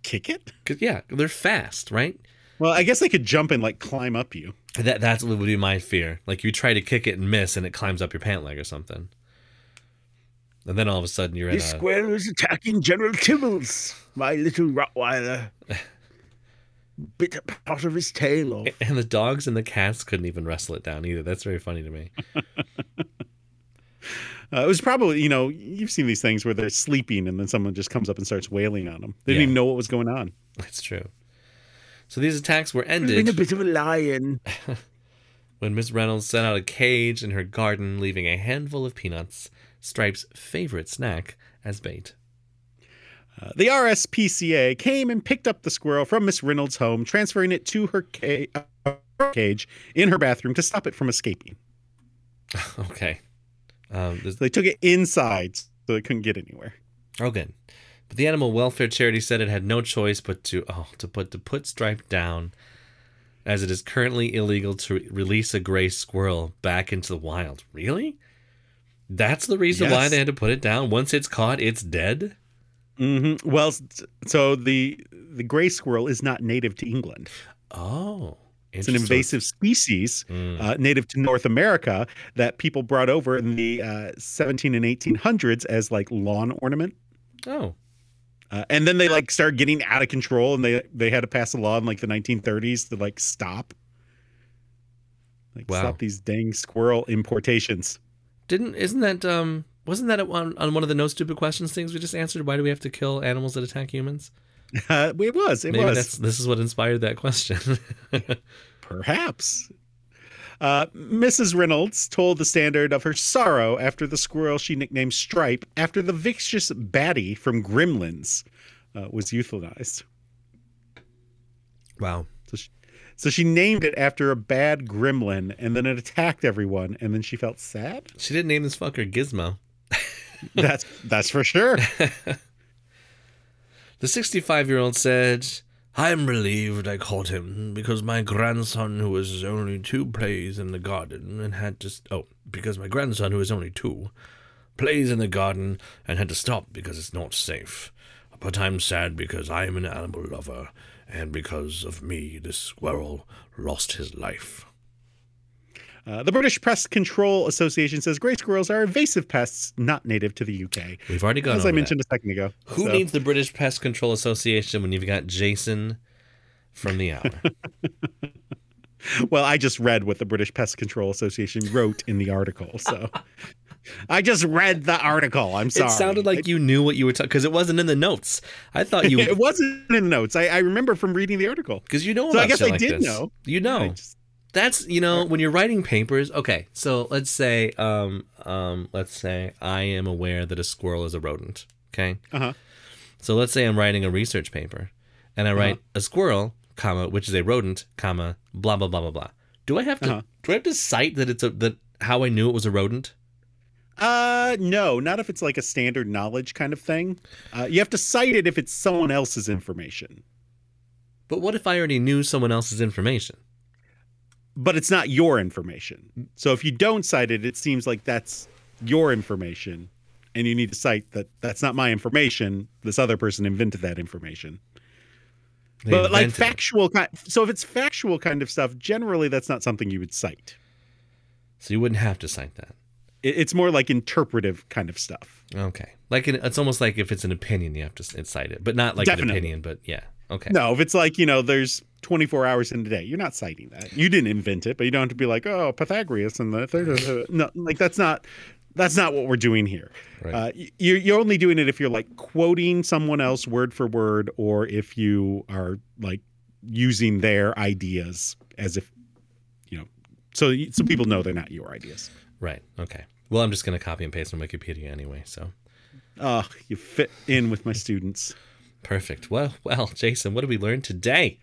Speaker 2: kick it
Speaker 1: Cause yeah, they're fast, right?
Speaker 2: Well, I guess they could jump and like climb up you.
Speaker 1: That that's what would be my fear. Like you try to kick it and miss, and it climbs up your pant leg or something. And then all of a sudden you're in
Speaker 4: This
Speaker 1: a,
Speaker 4: squirrel is attacking General Tibbles, my little Rottweiler. Bit a part of his tail off.
Speaker 1: and the dogs and the cats couldn't even wrestle it down either. That's very funny to me.
Speaker 2: Uh, it was probably, you know, you've seen these things where they're sleeping and then someone just comes up and starts wailing on them. They didn't
Speaker 1: Yeah.
Speaker 2: even know what was going on.
Speaker 1: That's true. So these attacks were
Speaker 4: He's been a
Speaker 1: ended
Speaker 4: bit of a lion.
Speaker 1: when Miss Reynolds set out a cage in her garden, leaving a handful of peanuts, Stripe's favorite snack, as bait.
Speaker 2: Uh, the RSPCA came and picked up the squirrel from Miss Reynolds' home, transferring it to her ca- uh, her cage in her bathroom to stop it from escaping.
Speaker 1: Okay. Um, this-
Speaker 2: So they took it inside so it couldn't get anywhere.
Speaker 1: Oh, good. But the animal welfare charity said it had no choice but to oh to put to put Stripe down, as it is currently illegal to re- release a gray squirrel back into the wild. Really? That's the reason why
Speaker 2: Yes.
Speaker 1: they had to put it down. Once it's caught, it's dead.
Speaker 2: hmm Well, s- so the the gray squirrel is not native to England.
Speaker 1: Oh,
Speaker 2: It's
Speaker 1: interesting. Hmm.
Speaker 2: an invasive species uh, native to North America that people brought over in the uh, 17 and 1800s as like lawn ornament.
Speaker 1: Oh,
Speaker 2: Uh, and then they like started getting out of control and they they had to pass a law in like the 1930s to like stop like
Speaker 1: Wow.
Speaker 2: stop these dang squirrel importations.
Speaker 1: didn't isn't that um wasn't that on on one of the no stupid questions things we just answered? Why do we have to kill animals that attack humans?
Speaker 2: Uh, it was it
Speaker 1: Maybe
Speaker 2: was
Speaker 1: that's this is what inspired that question.
Speaker 2: Perhaps. Uh, Mrs. Reynolds told the Standard of her sorrow after the squirrel she nicknamed Stripe, after the vicious baddie from Gremlins uh, was euthanized.
Speaker 1: wow.
Speaker 2: So she, so she named it after a bad gremlin, and then it attacked everyone, and then she felt sad.
Speaker 1: She didn't name this fucker Gizmo.
Speaker 2: That's that's for sure.
Speaker 1: The 65 year old said, I'm relieved I caught him because my grandson, who was only two, plays in the garden and had to. St- oh, because my grandson, who is only two, plays in the garden and had to stop because it's not safe. But I'm sad because I'm an animal lover, and because of me, this squirrel lost his life.
Speaker 2: Uh, the British Pest Control Association says gray squirrels are invasive pests, not native to the UK.
Speaker 1: We've already gone
Speaker 2: As
Speaker 1: over
Speaker 2: I
Speaker 1: that.
Speaker 2: mentioned a second ago.
Speaker 1: Who
Speaker 2: So-
Speaker 1: needs the British Pest Control Association when you've got Jason from the hour?
Speaker 2: Well, I just read what the British Pest Control Association wrote in the article. So I just read the article. I'm sorry.
Speaker 1: It sounded like you knew what you were talking because it wasn't in the notes. I thought you
Speaker 2: it wasn't in notes. I, I remember from reading the article.
Speaker 1: because you know.
Speaker 2: So I
Speaker 1: About
Speaker 2: guess
Speaker 1: shit
Speaker 2: I
Speaker 1: like
Speaker 2: did
Speaker 1: this.
Speaker 2: know.
Speaker 1: You know.
Speaker 2: I just-
Speaker 1: That's you know when you're writing papers. Okay, so let's say um um let's say I am aware that a squirrel is a rodent. Okay.
Speaker 2: Uh-huh.
Speaker 1: So let's say I'm writing a research paper, and
Speaker 2: Uh-huh.
Speaker 1: I write a squirrel, comma which is a rodent, comma blah blah blah blah blah. Do I have to
Speaker 2: Uh-huh.
Speaker 1: do I have to cite that it's a that how I knew it was a rodent?
Speaker 2: Uh, no, not if it's like a standard knowledge kind of thing. Uh, you have to cite it if it's someone else's information,
Speaker 1: But what if I already knew someone else's information?
Speaker 2: but it's not your information. So if you don't cite it, it seems like that's your information, and you need to cite that that's not my information. This other person invented that information.
Speaker 1: They
Speaker 2: but like
Speaker 1: invented it.
Speaker 2: factual kind so if it's factual kind of stuff generally that's not something you would cite
Speaker 1: so you wouldn't have to cite that.
Speaker 2: It- it's more like interpretive kind of stuff
Speaker 1: Okay. Like an, it's almost like if it's an opinion, you have to s- cite it, but not like an
Speaker 2: Definitely.
Speaker 1: opinion. But yeah. Okay.
Speaker 2: no if it's like you know there's 24 hours in a day you're not citing that you didn't invent it but you don't have to be like oh pythagoras and the third no like that's not that's not what we're doing here
Speaker 1: Right.
Speaker 2: uh, y- you're, you're only doing it if you're like quoting someone else word for word or if you are like using their ideas as if you know so y- so people know they're not your ideas
Speaker 1: Right. Okay. Well, I'm just gonna copy and paste from Wikipedia anyway. So
Speaker 2: Oh, you fit in with my students.
Speaker 1: perfect. Well, well, Jason, what did we learn today?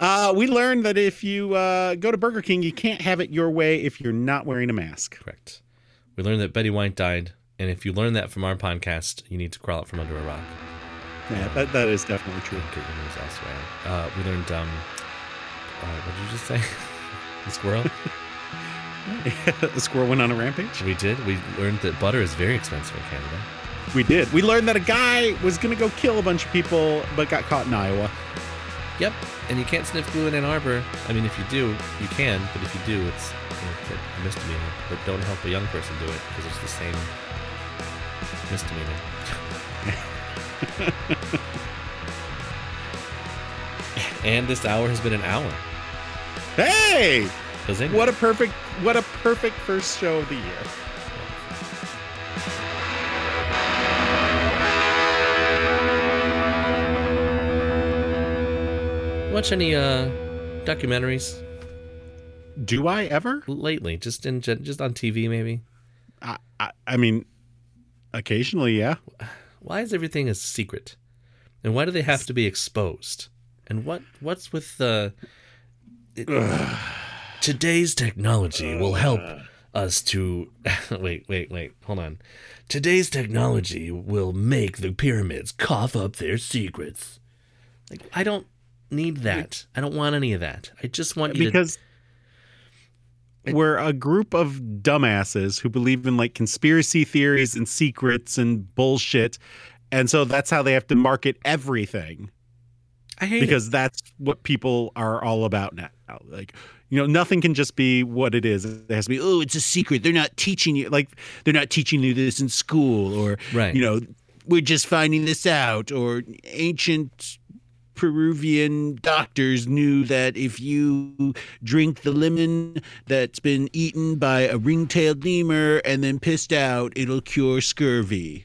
Speaker 2: Uh, we learned that if you uh, go to Burger King, you can't have it your way if you're not wearing a mask.
Speaker 1: Correct. We learned that Betty White died, and if you learn that from our podcast, you need to crawl out from under a rock.
Speaker 2: Yeah, that, that is definitely true.
Speaker 1: Get your news elsewhere. Uh, we learned. Um, uh, what did you just say? the squirrel.
Speaker 2: the squirrel went on a rampage.
Speaker 1: we did. We learned that butter is very expensive in Canada.
Speaker 2: We did. We learned that a guy was going to go kill a bunch of people, but got caught in Iowa.
Speaker 1: Yep. And you can't sniff glue in Ann Arbor. I mean, if you do, you can, but if you do, it's you know, it's a misdemeanor. But don't help a young person do it because it's the same misdemeanor. and this hour has been an hour.
Speaker 2: Hey,
Speaker 1: Does it?
Speaker 2: what a perfect what a perfect first show of the year.
Speaker 1: Watch any uh, documentaries
Speaker 2: Do I ever?
Speaker 1: lately? Just in gen- just on TV, maybe.
Speaker 2: I, I, I mean, occasionally, yeah.
Speaker 1: Why is everything a secret? And why do they have to be exposed? And what what's with the it- Today's technology will help us to wait, wait, wait. Hold on. Today's technology will make the pyramids cough up their secrets. Like I don't need that. I don't want any of that. I just want you
Speaker 2: because we're a group of dumbasses who believe in like conspiracy theories and secrets and bullshit. And so that's how they have to market everything
Speaker 1: to I hate it.
Speaker 2: because that's what people are all about now. Like, you know, nothing can just be what it is. It has to be, oh, it's a secret. They're not teaching you, like, they're not teaching you this in school, or,
Speaker 1: Right.
Speaker 2: you know, we're just finding this out, or ancient Peruvian doctors knew that if you drink the lemon that's been eaten by a ring-tailed lemur and then pissed out, it'll cure scurvy.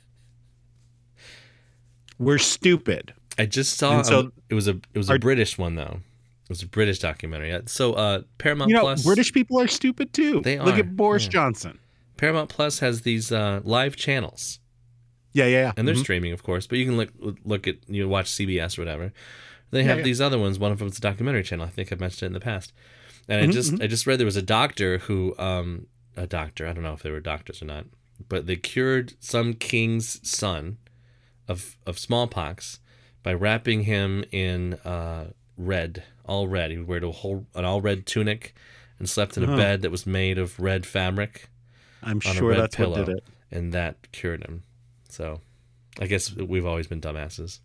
Speaker 2: We're stupid.
Speaker 1: I just saw
Speaker 2: And so-
Speaker 1: um, it was a it was a
Speaker 2: Are-
Speaker 1: British one though. It was a British documentary. Uh, So uh Paramount
Speaker 2: You know,
Speaker 1: Plus
Speaker 2: British people are stupid too.
Speaker 1: They
Speaker 2: Look
Speaker 1: are,
Speaker 2: at Boris
Speaker 1: yeah.
Speaker 2: Johnson.
Speaker 1: Paramount Plus has these uh, live channels,
Speaker 2: Yeah, yeah, yeah.
Speaker 1: and they're
Speaker 2: Mhm.
Speaker 1: streaming, of course. But you can look look at you know, watch CBS or whatever. They have
Speaker 2: yeah.
Speaker 1: these other ones. One of them's a documentary channel. I think I've mentioned it in the past. And
Speaker 2: Mm-hmm,
Speaker 1: I just I just read there was a doctor who um a doctor I don't know if they were doctors or not, but they cured some king's son of of smallpox by wrapping him in uh, red, all red. He would wear a whole an all red tunic and slept
Speaker 2: Oh.
Speaker 1: in a bed that was made of red fabric
Speaker 2: I'm
Speaker 1: on a
Speaker 2: sure
Speaker 1: red
Speaker 2: that's
Speaker 1: pillow,
Speaker 2: what did it.
Speaker 1: and that cured him. So, I guess we've always been dumbasses.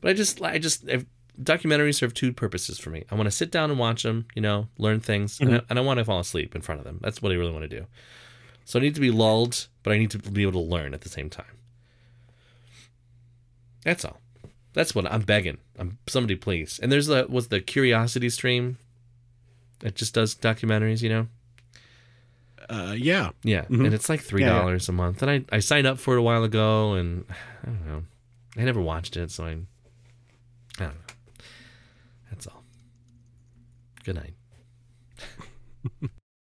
Speaker 1: But I just, I just if, documentaries serve two purposes for me. I want to sit down and watch them, you know, learn things, and,
Speaker 2: Mm-hmm.
Speaker 1: I, and I want to fall asleep in front of them. That's what I really want to do. So I need to be lulled, but I need to be able to learn at the same time. That's all. That's what I'm begging. I'm somebody please. And there's the was the Curiosity Stream. It just does documentaries, you know.
Speaker 2: Uh, yeah.
Speaker 1: Yeah, and it's like three
Speaker 2: yeah.
Speaker 1: dollars a month. And I, I signed up for it a while ago, and I don't know, I never watched it, so I, I don't know. That's all. Good night.